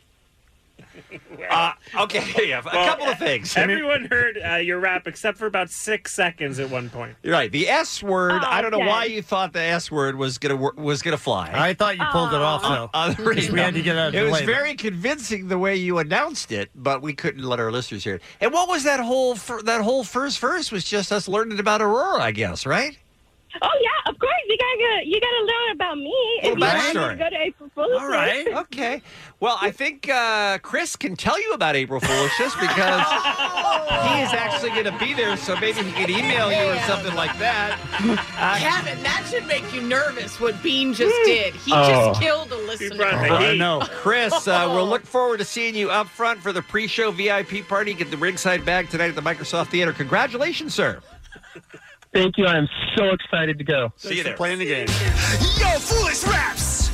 S11: Uh, okay, a couple of things.
S6: Everyone heard uh, your rap except for about six seconds at one point.
S11: You're right. The S word.
S6: Oh,
S11: I don't know
S6: okay.
S11: why you thought the S word was gonna wor- was gonna fly.
S9: I thought you pulled it off, though,
S11: Uh, there
S9: 'cause
S11: you
S9: we
S11: go.
S9: had to get out of
S11: It
S9: the
S11: was
S9: way, but-
S11: very convincing the way you announced it, but we couldn't let our listeners hear it. And what was that whole fir- that whole first verse was just us learning about Aurora, I guess, right?
S22: Oh yeah, of course you
S9: uh,
S22: gotta you gotta learn about me.
S11: Little
S22: if you want me to
S11: backstory.
S22: go to April Foolishness.
S11: All right. Okay. Well, I think uh, Chris can tell you about April Foolishness because he is actually going to be there, so maybe he can email you or something like that. Uh,
S12: Kevin, that should make you nervous. What Bean just did. He
S11: Oh.
S12: just killed a listener.
S11: I know. Chris, uh, we'll look forward to seeing you up front for the pre show VIP party. Get the ringside bag tonight at the Microsoft Theater. Congratulations, sir.
S3: Thank you. I am so excited to go.
S11: See you there.
S9: Playing the game.
S14: Yo, foolish raps.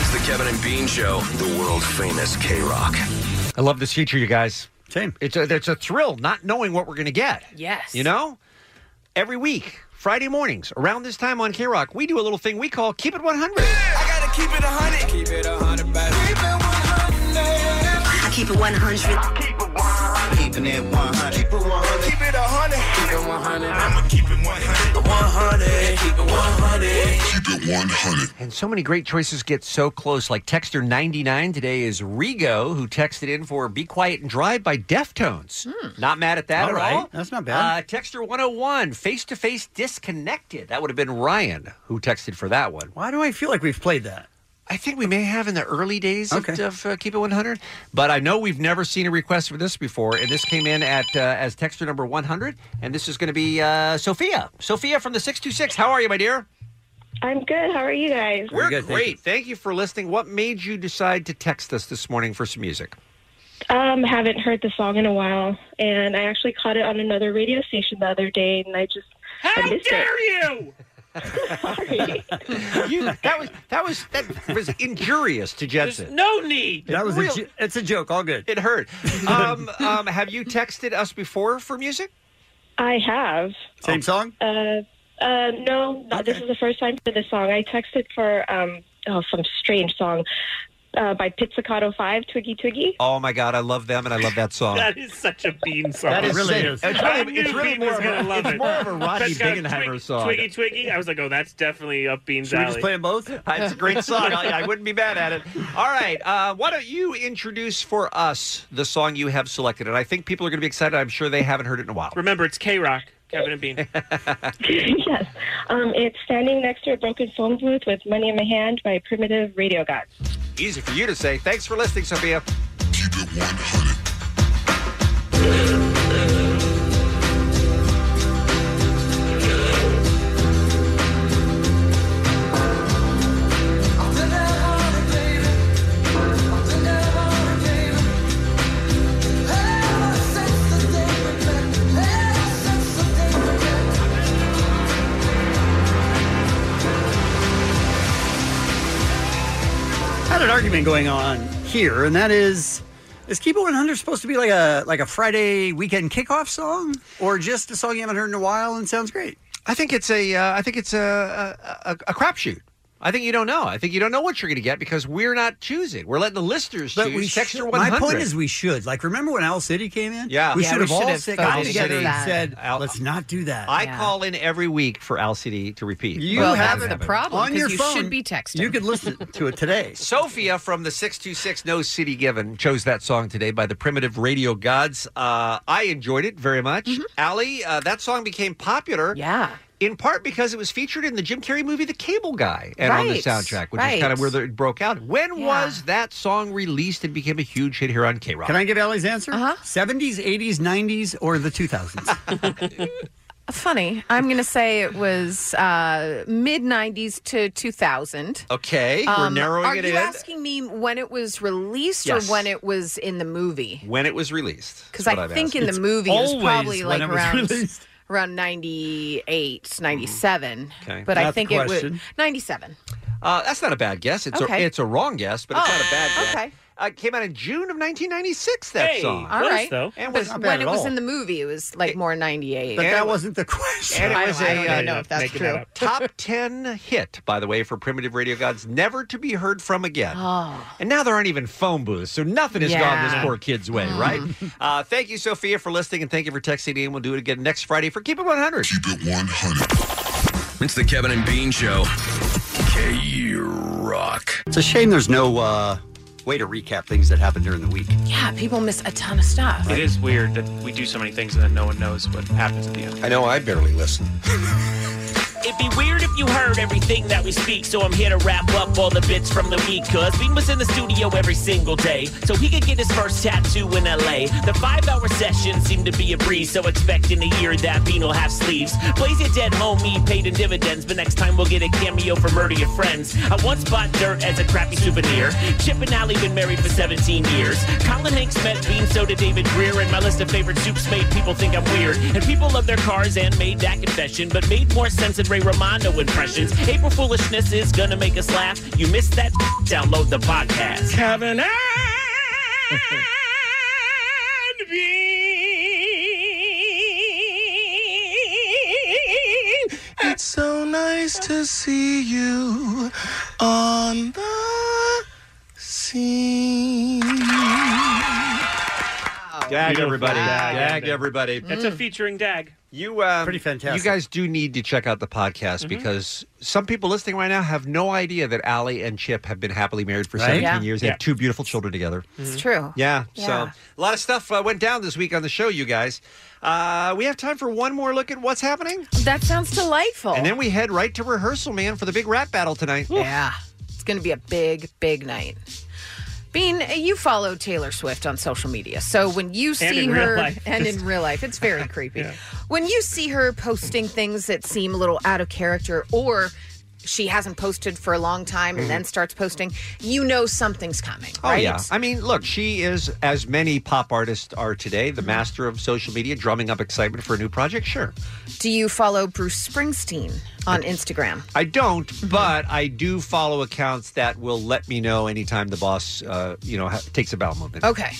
S16: It's the Kevin and Bean Show, the world famous K Rock.
S11: I love this feature, you guys.
S9: Same.
S11: It's a, it's a thrill not knowing what we're going to get.
S12: Yes.
S11: You know? Every week, Friday mornings, around this time on K Rock, we do a little thing we call Keep It 100.
S8: Gotta keep it a hundred. Keep it a hundred, baby. Keep it one hundred. I keep it one hundred. Keep it one hundred. Keeping it one hundred. Keep it one hundred. Keep it a hundred. Keep it one hundred. I'ma keep it one hundred. One hundred. Keep it one hundred.
S11: And so many great choices get so close. Like Texter 99 today is Rigo, who texted in for Be Quiet and Drive by Deftones. Not mad at that
S9: All
S11: at
S9: right.
S11: all.
S9: That's not bad.
S11: Uh, texter 101, Face to Face Disconnected. That would have been Ryan who texted for that one.
S9: Why do I feel like we've played that?
S11: I think we may have in the early days of, of uh, Keep It 100, but I know we've never seen a request for this before. And this came in at uh, as texter number 100, and this is going to be uh, Sophia. Sophia from the 626. How are you, my dear?
S22: I'm good. How are you guys?
S11: We're great. Thank you. for listening. What made you decide to text us this morning for some music?
S22: Um, haven't heard the song in a while, and I actually caught it on another radio station the other day, and I just how dare
S6: you?
S11: you that was that was that was injurious to Jensen.
S6: No need.
S9: That was
S11: Real-
S9: a, ju- it's a joke. All good.
S11: It hurt. Um, um, have you texted us before for music?
S22: I have.
S9: Same song?
S22: Uh, uh, no, not, this is the first time for this song. I texted for um, oh, some strange song uh, by Pizzicato Five, Twiggy Twiggy.
S11: Oh my God, I love them and I love that song.
S6: That is such a bean song.
S11: That is sick. It's really-
S6: I knew
S11: it's really
S6: Bean
S11: more
S6: was
S11: of a-
S6: gonna love
S11: it's
S6: it.
S11: more of a Rodney
S6: That's got
S11: Bingenheimer
S6: twig-
S11: song.
S6: Twiggy Twiggy. I was like, oh, that's definitely up Bean's
S11: Should we
S6: alley.
S11: just play 'em Uh,
S9: both?
S11: It's a great song. I, I wouldn't be mad at it. All right. Uh, why don't you introduce for us the song you have selected? And I think people are going to be excited. I'm sure they haven't heard it in a while.
S6: Remember, it's K Rock, Kevin and Bean.
S22: yes, um, it's standing next to a broken phone booth with money in my hand by Primitive Radio God.
S11: Easy for you to say. Thanks for listening, Sophia.
S9: had an argument going on here, and that is, is Keep It 100 supposed to be like a like a Friday weekend kickoff song, or just a song you haven't heard in a while and sounds great?
S11: I think it's a uh, I think it's a a, a, a crapshoot. I think you don't know. I think you don't know what you're going to get because we're not choosing. We're letting the listeners choose. Texture
S9: should-
S11: 100.
S9: my point is, we should. Like, remember when Owl City came in?
S11: Yeah.
S9: we
S11: Yeah,
S9: should
S11: we
S9: have all
S11: should've
S9: sit gotten
S11: voted
S9: together and
S11: against
S9: said,
S11: that.
S9: "Let's not do that."
S11: I call in every week for Al City to repeat.
S9: You
S11: Well,
S9: have
S11: that's
S9: it
S11: happened.
S12: problem,
S9: on
S12: 'cause
S9: your
S12: you
S9: phone.
S12: should be texting.
S9: You could listen to it today.
S11: Sophia from the 626 No City Given chose that song today by the Primitive Radio Gods. Uh, I enjoyed it very much.
S12: Mm-hmm.
S11: Allie, uh, that song became popular. Yeah. In part because it was featured in the Jim Carrey movie The Cable Guy and on the
S9: Right.
S11: soundtrack, which
S9: Right.
S11: is kind of where the- it broke out. When was that song released and became a huge hit here on K Rock?
S9: Can I give Ellie's answer? Uh-huh. 70s, 80s, 90s, or the 2000s?
S12: Funny. I'm going to say it was uh, mid 90s to 2000.
S11: Okay, we're
S12: Um,
S11: narrowing
S12: are
S11: it
S12: you
S11: in.
S12: asking me when it was released
S11: Yes.
S12: or when it was in the movie?
S11: when it was released.
S12: Because
S11: is what
S12: I
S11: I'm
S12: think in
S11: asking.
S12: the movie it was probably like around around 98, 97.
S11: Mm-hmm. Okay.
S12: But I
S11: Not the
S12: think it was
S11: question.
S12: 97.
S11: Uh, that's not a bad guess. It's
S12: Okay. Oh.
S11: a, it's a wrong guess, but it's not a bad guess.
S12: Okay.
S11: Uh, came out in June of 1996. That
S12: Hey,
S11: song.
S12: All right.
S11: And
S12: But
S11: was not bad
S12: when
S11: at
S12: it was
S11: all.
S12: in the movie, it was like more 98.
S11: But that
S9: wasn't the question.
S11: And it
S12: I,
S11: was
S12: don't- I
S11: a,
S12: don't
S11: uh,
S12: even know if that's
S11: making
S12: true.
S11: that up. top 10 hit, by the way, for Primitive Radio Gods, never to be heard from again.
S12: Oh.
S11: And now there aren't even phone booths, so nothing has gone
S12: Yeah. Mm.
S11: this poor kid's way, right? Uh, thank you, Sophia, for listening, and thank you for texting in. We'll do it again next Friday for Keep It 100. Keep It 100.
S16: It's the Kevin and Bean Show. K Rock.
S9: It's a shame there's no uh, way to recap things that happened during the week.
S12: Yeah, people miss a ton of stuff.
S6: It is weird that we do so many things and then no one knows what happens at the end.
S11: I know I barely listen.
S20: It'd be weird if you heard everything that we speak, so I'm here to wrap up all the bits from the week. Cause Bean was in the studio every single day, so he could get his first tattoo in LA. The five hour session seemed to be a breeze, so expect in a year that Bean will have sleeves. Blaze your dead homie, paid in dividends, but next time we'll get a cameo for Murder Your Friends. I once bought dirt as a crappy souvenir. Chip and Ally been married for 17 years. Colin Hanks met Bean, so did David Greer, and my list of favorite soups made people think I'm weird. And people love their cars and made that confession, but made more sense in Ray Romano impressions. April foolishness is gonna make us laugh. You missed that? Download the podcast.
S6: Kevin
S8: It's so nice to see you on the scene.
S11: Dag, everybody.
S6: Dag.
S11: Dag, everybody.
S6: That's a featuring Dag.
S11: You um,
S6: pretty
S11: You guys do need to check out the podcast
S12: Mm-hmm.
S11: because some people listening right now have no idea that Allie and Chip have been happily married for 17
S9: Right? Yeah.
S11: years. They
S9: Yeah.
S11: have two beautiful children together.
S12: It's true.
S11: Yeah,
S12: Mm-hmm. Yeah.
S11: So a lot of stuff uh, went down this week on the show, you guys. Uh, we have time for one more look at what's happening.
S12: That sounds delightful.
S11: And then we head right to rehearsal, man, for the big rap battle tonight.
S12: Yeah. It's going to be a big, big night. Bean, you follow Taylor Swift on social media. So when you see
S8: in real
S12: her,
S8: life.
S12: and in real life, it's very creepy. When you see her posting things that seem a little out of character or she hasn't posted for a long time and then starts posting, you know something's coming,
S11: Mm. Oh
S12: right?
S11: yeah. I mean, look, she is as many pop artists are today, the master of social media, drumming up excitement for a new project. Sure.
S12: Do you follow Bruce Springsteen on Instagram?
S11: I don't,
S12: Mm-hmm.
S11: but I do follow accounts that will let me know anytime the boss, uh, you know, ha- takes a bowel movement.
S12: Okay.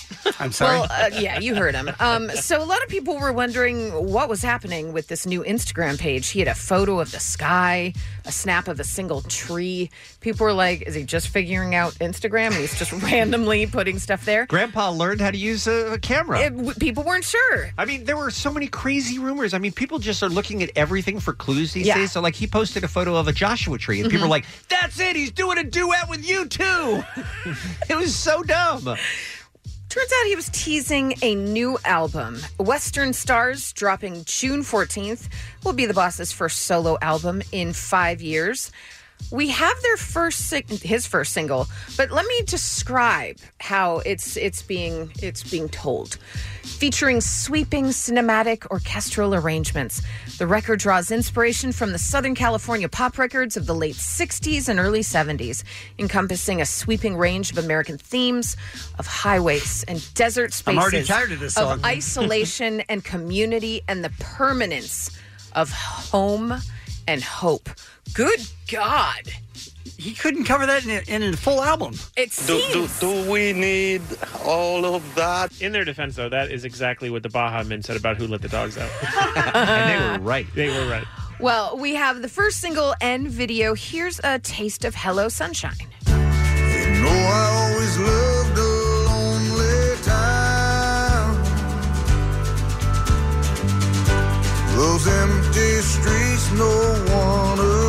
S11: I'm
S12: Oh, Well, uh, yeah, you heard him. Um, so a lot of people were wondering what was happening with this new Instagram page. He had a photo of the sky, a snap of a single tree. People were like, "Is he just figuring out Instagram? He's just randomly putting stuff there."
S11: Grandpa learned how to use a, a camera.
S12: It- w- people weren't sure.
S11: I mean, there were so many crazy rumors. I mean, people just are looking at everything for clues these
S12: Yeah.
S11: days. So, like, he posted a photo of a Joshua tree, and people
S12: Mhm.
S11: were like, "That's it. He's doing a duet with you too." it was so dumb.
S12: Turns out he was teasing a new album. Western Stars, dropping June 14th, will be the boss's first solo album in five years. We have their first sing- his first single, but let me describe how it's it's being it's being told. Featuring sweeping cinematic orchestral arrangements, the record draws inspiration from the Southern California pop records of the late 60s and early 70s, encompassing a sweeping range of American themes of highways and desert spaces.
S9: I'm already tired of this song.
S12: Of isolation and community and the permanence of home and hope. Good God.
S9: He couldn't cover that in, a, in a full album.
S12: It seems.
S6: we need all of that? In their defense, though, that is exactly what the Baja men said about who let the dogs out. and
S11: they were right.
S6: They were right.
S12: Well, we have the first single and video. Here's a taste of Hello Sunshine.
S8: No, I always loved a lonely time. Those empty streets, no one around.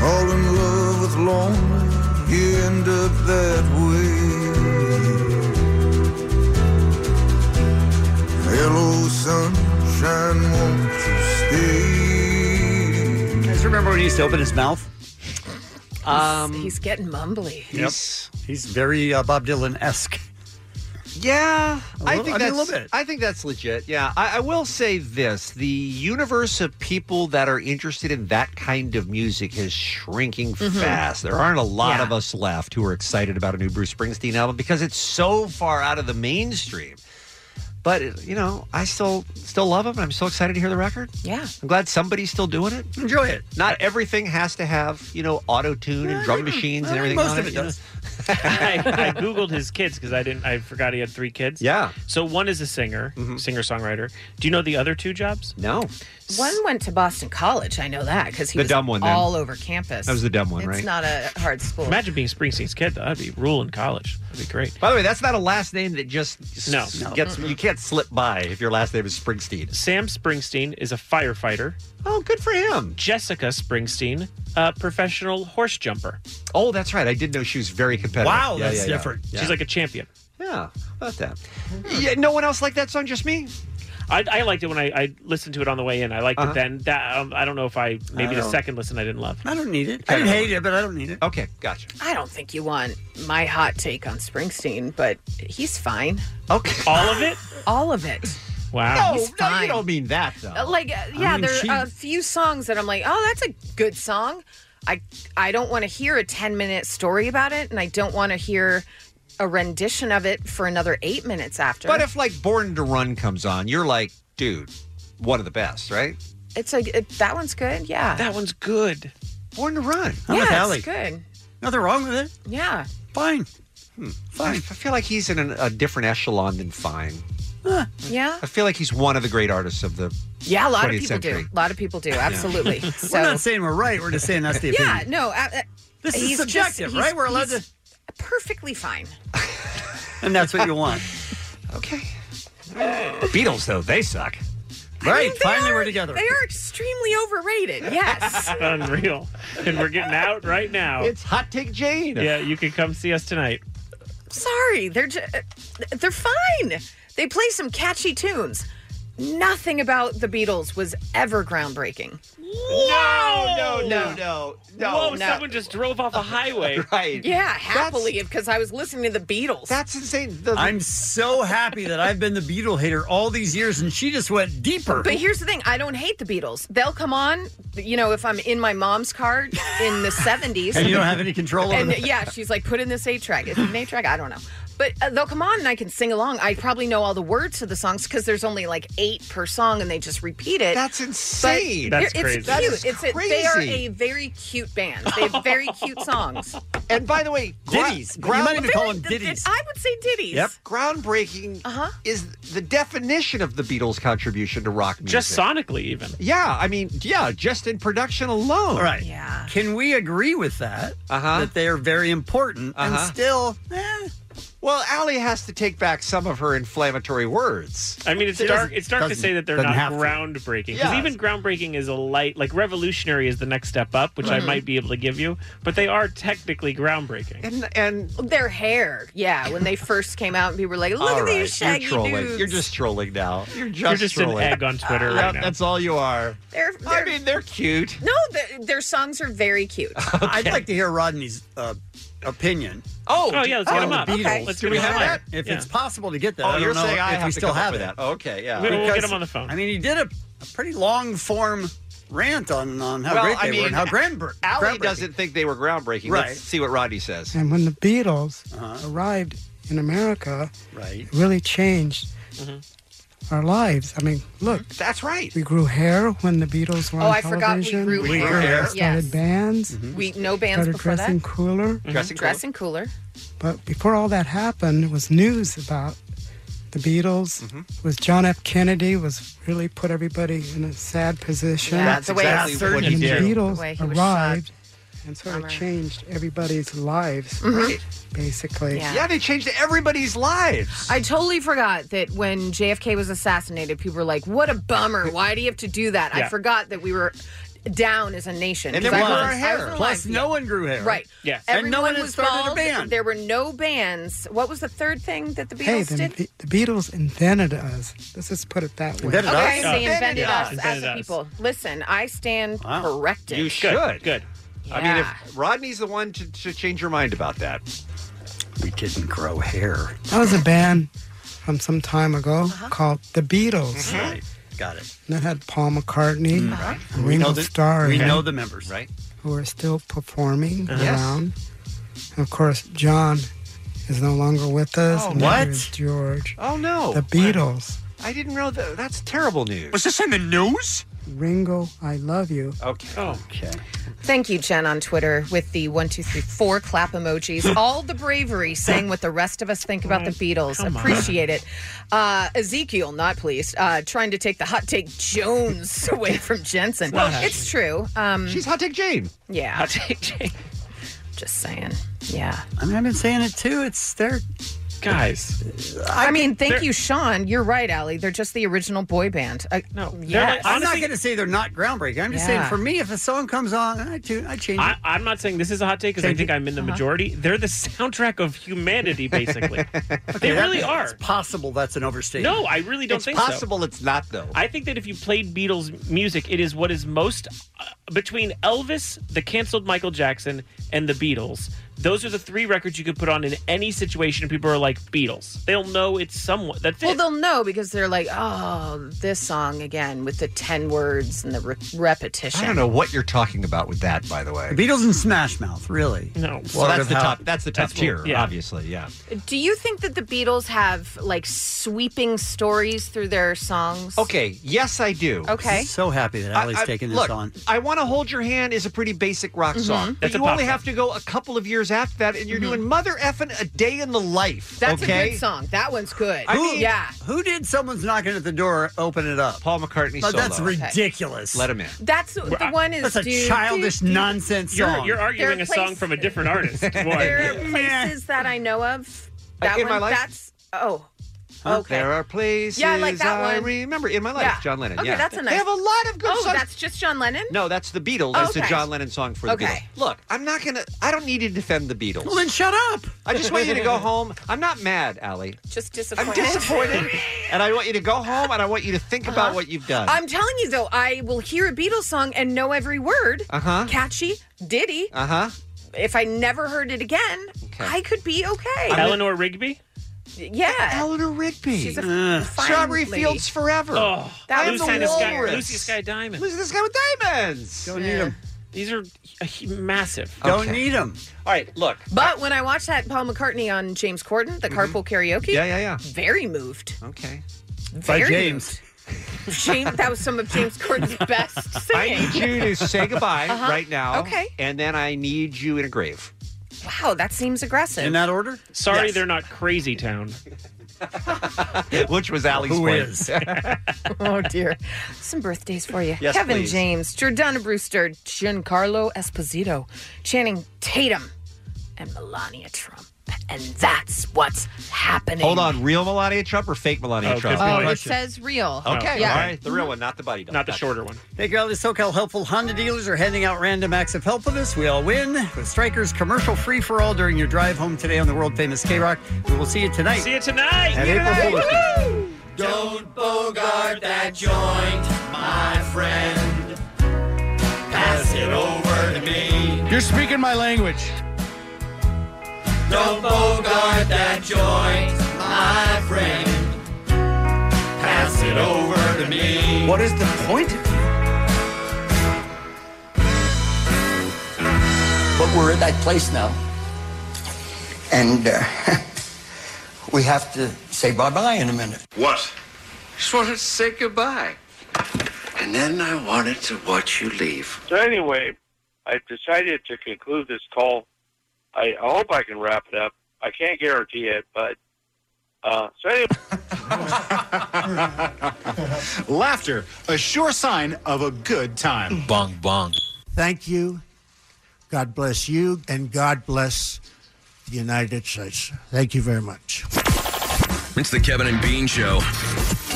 S8: Fall in love with lonely, you end up that way. Hello, sunshine, won't you stay?
S9: You guys remember when he used to open his mouth?
S12: He's,
S9: Um,
S12: he's getting mumbly.
S9: He's, he's very uh, Bob Dylan esque.
S11: Yeah,
S9: A
S11: I
S9: little-
S11: think
S9: I mean, a
S11: that's
S9: little bit.
S11: I think that's legit. Yeah, I, I will say this: the universe of people that are interested in that kind of music is shrinking
S8: Mhm.
S11: fast. There aren't a lot
S8: Yeah.
S11: of us left who are excited about a new Bruce Springsteen album because it's so far out of the mainstream. But uh, you know, I still still love them, and I'm so excited to hear the record.
S12: Yeah.
S11: I'm glad somebody's still doing it.
S9: Enjoy it.
S11: Not everything has to have you know auto tune and drum machines and everything. on you know?
S6: I, I googled his kids because I didn't. I forgot he had three kids.
S11: Yeah. Mm-hmm.
S6: So one is a singer, singer songwriter. Do you know the other two jobs?
S11: No.
S12: One went to Boston College. I know that because he
S6: The
S12: was
S6: dumb one, then.
S12: all over campus.
S6: That was the dumb one,
S12: it's
S6: right?
S12: It's not a hard school.
S6: Imagine being Springsteen's kid. though. That'd be ruling college. That'd be great.
S11: By the way, that's not a last name that just s-
S6: No.
S11: gets you can't slip by if your last name is Springsteen.
S6: Sam Springsteen is a firefighter.
S11: Oh, good for him.
S6: Jessica Springsteen, a professional horse jumper.
S11: Oh, that's right. I did know she was very competitive.
S6: Wow,
S11: Yeah,
S6: that's
S11: yeah, yeah.
S6: different.
S11: Yeah.
S6: She's like a champion.
S11: Yeah, about that. Yeah, no one else liked that song, just me.
S6: I, I liked it when I, I listened to it on the way in. I liked
S11: Uh-huh.
S6: it then. That um, I don't know if I maybe the
S11: don't-
S6: second listen I didn't love.
S9: I don't need it.
S12: I didn't hate
S9: it, but I don't need it.
S11: Okay, gotcha.
S12: I don't think you want my hot take on Springsteen, but he's fine.
S11: Okay.
S6: All of it?
S12: All of it.
S11: No,
S12: He's
S11: no, you
S12: fine.
S11: don't mean that
S12: Uh,
S11: though.
S12: Like, uh, yeah,
S11: mean,
S12: there are
S11: she-
S12: a few songs that I'm like, oh, that's a good song. I I don't want to hear a 10 minute story about it, and I don't want to hear a rendition of it for another eight minutes after.
S11: But if like Born to Run comes on, you're like, dude, one of the best, right?
S12: it's like it, that one's good, yeah,
S6: that one's good.
S11: Born to Run.
S12: yeah, it's good.
S9: Nothing wrong with it.
S12: Yeah,
S9: Fine. Hmm,
S11: Fine. I, I feel like he's in an, a different echelon than fine.
S12: yeah,
S11: I feel like he's one of the great artists of the
S12: yeah. A lot of
S11: 20th
S12: people
S11: century.
S12: do. A lot of people do. Absolutely. so
S9: We're not saying we're right. We're just saying that's the
S12: yeah,
S9: opinion.
S12: no. I, I-
S9: This is
S12: he's
S9: subjective,
S12: just,
S9: right? We're allowed
S12: he's Perfectly fine.
S9: And that's what you want.
S11: okay. Beatles though they suck.
S9: Right.
S12: They
S9: finally,
S12: are-
S9: we're together.
S12: They are extremely overrated. Yes.
S6: Unreal. And we're getting out right now.
S11: It's Hot Take Jane.
S6: Yeah, you can come see us tonight.
S12: Sorry, they're ju- they're fine. They play some catchy tunes. Nothing about the Beatles was ever groundbreaking.
S11: No, no, no, no, no.
S6: Whoa, someone just drove off a highway.
S11: right.
S12: Yeah, happily, because I was listening to the Beatles.
S11: That's insane.
S9: I'm so happy that I've been the Beatle hater all these years, and she just went deeper.
S12: But here's the thing: I don't hate the Beatles. They'll come on, you know, if I'm in my mom's car in the '70s,
S9: And you don't have any control over
S12: And
S9: that.
S12: yeah, she's like, put in this eight track. Is it an eight track? I don't know. But uh, they'll come on and I can sing along. I probably know all the words to the songs because there's only like eight per song, and they just repeat it.
S11: That's insane.
S12: But
S11: That's
S12: it's
S11: crazy.
S12: cute.
S11: That is
S12: it's a- they are
S11: crazy.
S12: a very cute band. They have very cute songs.
S11: And by the way, gra-
S12: Ditties. You
S11: ground-
S12: might even call 'em Very- ditties. I would say ditties.
S11: Yep. Groundbreaking
S12: Uh-huh.
S11: is the definition of the Beatles' contribution to rock music.
S6: Just sonically, even.
S11: Yeah, I mean, yeah, just in production alone.
S9: Right.
S12: Yeah.
S9: Can we agree with that? Uh-huh. That they are very important
S11: Uh-huh.
S9: and still
S11: eh, Well, Allie has to take back some of her inflammatory words.
S6: I mean, it's
S11: It
S6: dark.
S11: doesn't-
S6: It's dark to
S11: doesn't-
S6: say that they're
S11: doesn't
S6: not
S11: have to.
S6: groundbreaking because
S11: Yeah.
S6: even groundbreaking is a light. Like revolutionary is the next step up, which
S12: Mhm.
S6: I might be able to give you, but they are technically groundbreaking.
S11: And and
S12: their hair, yeah, when they first came out, and people were like, "Look
S11: All
S12: at
S11: right,
S12: these shaggy
S11: You're trolling.
S12: dudes."
S11: You're just trolling now. You're just,
S6: You're just an
S11: trolling.
S6: egg on Twitter
S11: Yeah,
S6: right now.
S11: That's all you are.
S12: They're, they're,
S11: I mean, they're cute.
S12: no, their- their songs are very cute.
S9: I'd like to hear Rodney's uh, opinion.
S11: Oh,
S6: Oh, yeah, let's get him up.
S9: The Beatles.
S6: Okay. Let's
S9: Do
S6: get
S9: we
S6: him
S9: have
S6: on.
S9: that? If
S6: Yeah.
S9: it's possible to get that.
S11: Oh,
S9: I don't
S11: you're
S9: know
S11: saying I
S9: if
S11: have
S9: we
S11: to
S9: still
S11: come up
S9: have
S11: with
S9: it.
S11: that. Okay, yeah.
S6: We'll- we'll get
S9: Because,
S6: him on the phone.
S9: I mean, he did a, a pretty long form rant on, on how
S11: well,
S9: great
S11: I
S9: they
S11: mean,
S9: were and how grand.
S11: Allie
S9: groundbreaking.
S11: doesn't think they were groundbreaking.
S9: Right.
S11: Let's see what Rodney says.
S24: And when the Beatles arrived in America,
S9: right.
S24: it really changed
S6: Mm-hmm.
S12: Mm-hmm.
S24: our lives. I mean, look.
S11: That's right.
S24: We grew hair when the Beatles were
S12: Oh,
S24: on
S12: I forgot we
S24: television.
S12: grew We hair. grew hair.
S24: Started
S12: Yes.
S24: bands.
S12: We no bands
S24: started
S12: before
S24: dressing
S12: that.
S24: cooler.
S12: Mm-hmm. Dressing cooler.
S24: But before all that happened, it was news about the Beatles.
S9: Mm-hmm.
S24: It was John F. Kennedy was really put everybody in a sad position.
S12: Yeah, That's the way exactly his surgery
S24: And
S12: did.
S24: The
S12: The way
S24: Beatles
S12: he was
S24: arrived and sort
S12: Bummer.
S24: of changed everybody's lives,
S12: Right.
S24: basically.
S12: Yeah.
S11: Yeah, they changed everybody's lives.
S12: I totally forgot that when JFK was assassinated, people were like, "What a bummer! Why do you have to do that?"
S9: Yeah.
S12: I forgot that we were down as a nation.
S9: And then we
S12: Because
S9: grew
S12: I
S9: our
S12: was- I was
S9: hair.
S12: alive.
S9: Plus, no one grew hair.
S12: Right.
S9: Yes.
S12: Everyone
S9: And no one had
S12: was
S9: started a
S12: bald.
S9: band.
S12: There were no bands. What was the third thing that the Beatles
S24: Hey,
S12: did?
S24: the, the Beatles invented us. Let's just put it that way.
S12: okay, they invented us as a people. Listen, I stand corrected.
S11: You should. Good. I mean,
S12: Yeah.
S11: if Rodney's the one to, to change your mind about that.
S9: We didn't grow hair.
S24: That was a band from some time ago
S9: Uh-huh.
S24: called The Beatles.
S9: Right. Got it.
S24: And it had Paul McCartney,
S12: Uh-huh.
S9: Right.
S24: and
S9: Mm-hmm. Uh-huh. We know
S24: Ringo
S9: the-
S24: Starr.
S9: We
S24: and-
S9: know the members. Right.
S24: who are still performing
S9: Uh-huh. Yes.
S24: around. And of course, John is no longer with us.
S11: Oh,
S24: and neither
S11: what?
S24: is George.
S11: Oh, no.
S24: The Beatles.
S11: I didn't know that. That's terrible news.
S24: Was this
S11: in the news?
S24: Ringo, I love you.
S11: Okay.
S12: Okay. Thank you, Jen, on Twitter with the one, two, three, four clap emojis. All the bravery saying what the rest of us think about the Beatles.
S19: come on.
S12: Appreciate it. Uh, Ezekiel, not pleased, uh, trying to take the hot take Jones away from Jensen.
S19: Well,
S12: it's true. Um, She's
S11: hot take Jane.
S12: Yeah. Hot take Jane. Just saying. Yeah.
S9: I mean, I've been saying it too. It's their
S6: guys.
S12: I, mean, thank
S9: they're-
S12: you, Sean. You're right, Allie. They're just the original boy band. Uh, I, no, yeah.
S9: I'm not going to say they're not groundbreaking. I'm just
S12: Yeah.
S9: saying for me, if a song comes on, I tune, I change
S6: I,
S9: it.
S6: I'm not saying this is a hot take because I
S9: Change
S6: think
S9: it.
S6: I'm in the
S9: Uh-huh.
S6: majority. They're the soundtrack of humanity, basically. they
S9: that-
S6: really are. It's
S9: possible that's an overstatement.
S6: No, I really don't
S11: It's
S6: think
S11: possible
S6: so.
S11: it's not, though.
S6: I think that if you played Beatles music, it is what is most uh, between Elvis, the canceled Michael Jackson, and the Beatles. Those are the three records you could put on in any situation, and people are like Beatles. They'll know it's someone. That's
S12: Well,
S6: it.
S12: they'll know because they're like, oh, this song again with the 10 words and the re- repetition.
S11: I don't know what you're talking about with that, by the way.
S9: Beatles and Smash Mouth, really.
S6: No.
S11: Well, that's the top. That's the top tier, obviously. Yeah.
S12: Do you think that the Beatles have like sweeping stories through their songs?
S11: Okay. Yes, I do.
S12: Okay.
S9: So happy that Allie's taking this
S11: look,
S9: on.
S11: I want to hold your hand is a pretty basic rock
S9: Mhm.
S12: Mm-hmm.
S11: song. But
S9: That's a
S11: you
S9: pop
S11: only
S9: song.
S11: have to go a couple of years after that, and you're doing mother effing a day in the life.
S12: That's
S11: okay?
S12: a good song. That one's good.
S11: I mean-
S12: yeah.
S9: Who did someone's knocking at the door? Open it up.
S11: Paul McCartney.
S9: But that's
S11: solo.
S9: ridiculous.
S11: Let him in.
S12: That's the the one is
S9: That's a
S12: do-
S9: childish
S12: do- do-
S9: nonsense
S6: You're-
S9: song.
S6: you're arguing
S12: There are
S6: a song
S12: place-
S6: from a different artist. Boy.
S12: There are places that I know of.
S11: Uh,
S12: That
S11: in
S12: one,
S11: my life?
S12: That's oh.
S11: Huh?
S12: Okay.
S11: There are places
S12: Yeah, I like that one.
S11: remember in my life.
S12: Yeah.
S11: John Lennon.
S12: Okay,
S11: yeah.
S12: that's a nice.
S11: They have a lot of good
S12: Oh,
S11: songs.
S12: that's just John Lennon.
S11: No, that's the Beatles.
S12: Oh,
S11: That's the
S12: okay.
S11: John Lennon song for the
S12: Okay.
S11: Beatles. Look, I'm not gonna. I don't need to defend the Beatles.
S9: Well, then shut up.
S11: I just want you to go home. I'm not mad, Allie.
S12: Just
S11: I'm
S12: disappointed.
S11: disappointed, and I want you to go home, and I want you to think
S12: Uh-huh.
S11: about what you've done.
S12: I'm telling you though, I will hear a Beatles song and know every word.
S11: Uh-huh.
S12: Catchy, ditty.
S11: Uh
S6: Uh-huh.
S11: huh.
S12: If I never heard it again, I could be okay.
S6: Eleanor Rigby.
S12: Yeah.
S11: Eleanor Rigby.
S12: She's a
S6: Ugh.
S12: fine
S11: Strawberry
S12: lady.
S11: Fields Forever.
S6: Oh,
S12: That
S11: I am
S12: was
S11: the
S12: kind of
S6: Sky-
S11: walrus.
S6: Lucy Sky Diamond.
S11: Lucy the Sky with Diamonds.
S9: Don't
S12: need 'em.
S6: These are uh, he- massive.
S9: Don't need them.
S11: All right, look.
S12: But when I watched that Paul McCartney on James Corden, the carpool karaoke,
S11: Mm-hmm. Yeah, yeah, yeah.
S12: very moved.
S11: Okay.
S12: By Very James. James, that was some of James Corden's best
S11: I
S12: singing.
S11: need you to say goodbye
S12: Uh-huh.
S11: right now.
S12: Okay.
S11: And then I need you in a grave.
S12: Wow, that seems aggressive.
S9: order?
S6: Sorry,
S11: Yes.
S6: they're not Crazy Town.
S11: Which was Allie's
S6: Who
S11: point.
S6: is?
S12: oh dear. Some birthdays for you.
S11: Yes,
S12: Kevin
S11: please.
S12: James, Jordana Brewster, Giancarlo Esposito, Channing Tatum, and Melania Trump. And that's what's happening.
S11: Hold on, real Melania Trump or fake Melania
S9: Oh,
S11: Trump?
S9: good
S12: Oh, it says real.
S11: Okay,
S12: Yeah.
S11: all right. The real one, not the buddy doll. Not the
S6: shorter one.
S9: Thank you, all these SoCal helpful Honda dealers are handing out random acts of helpfulness. We all win with Strikers commercial free for all during your drive home today on the world famous K Rock. We will see you tonight.
S6: See you tonight.
S9: At April
S6: Yay!
S9: Fool's Day.
S8: Don't bogart that joint, my friend. Pass it over to me.
S23: You're speaking my language.
S8: Don't bogart that joint, my friend. Pass it over to me.
S9: What is the point of
S8: you?
S27: But we're at that place now. And uh, we have to say bye bye in a minute.
S28: What? Just wanted to say goodbye. And then I wanted to watch you leave.
S10: So anyway, I decided to conclude this call. I, I hope I can wrap it up. I can't guarantee it, but uh, so anyway.
S23: Laughter, a sure sign of a good time. Bong bong.
S29: Thank you. God bless you, and God bless the United States. Thank you very much.
S30: It's the Kevin and Bean Show.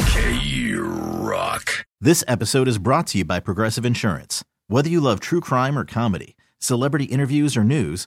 S30: K Rock.
S21: This episode is brought to you by Progressive Insurance. Whether you love true crime or comedy, celebrity interviews or news,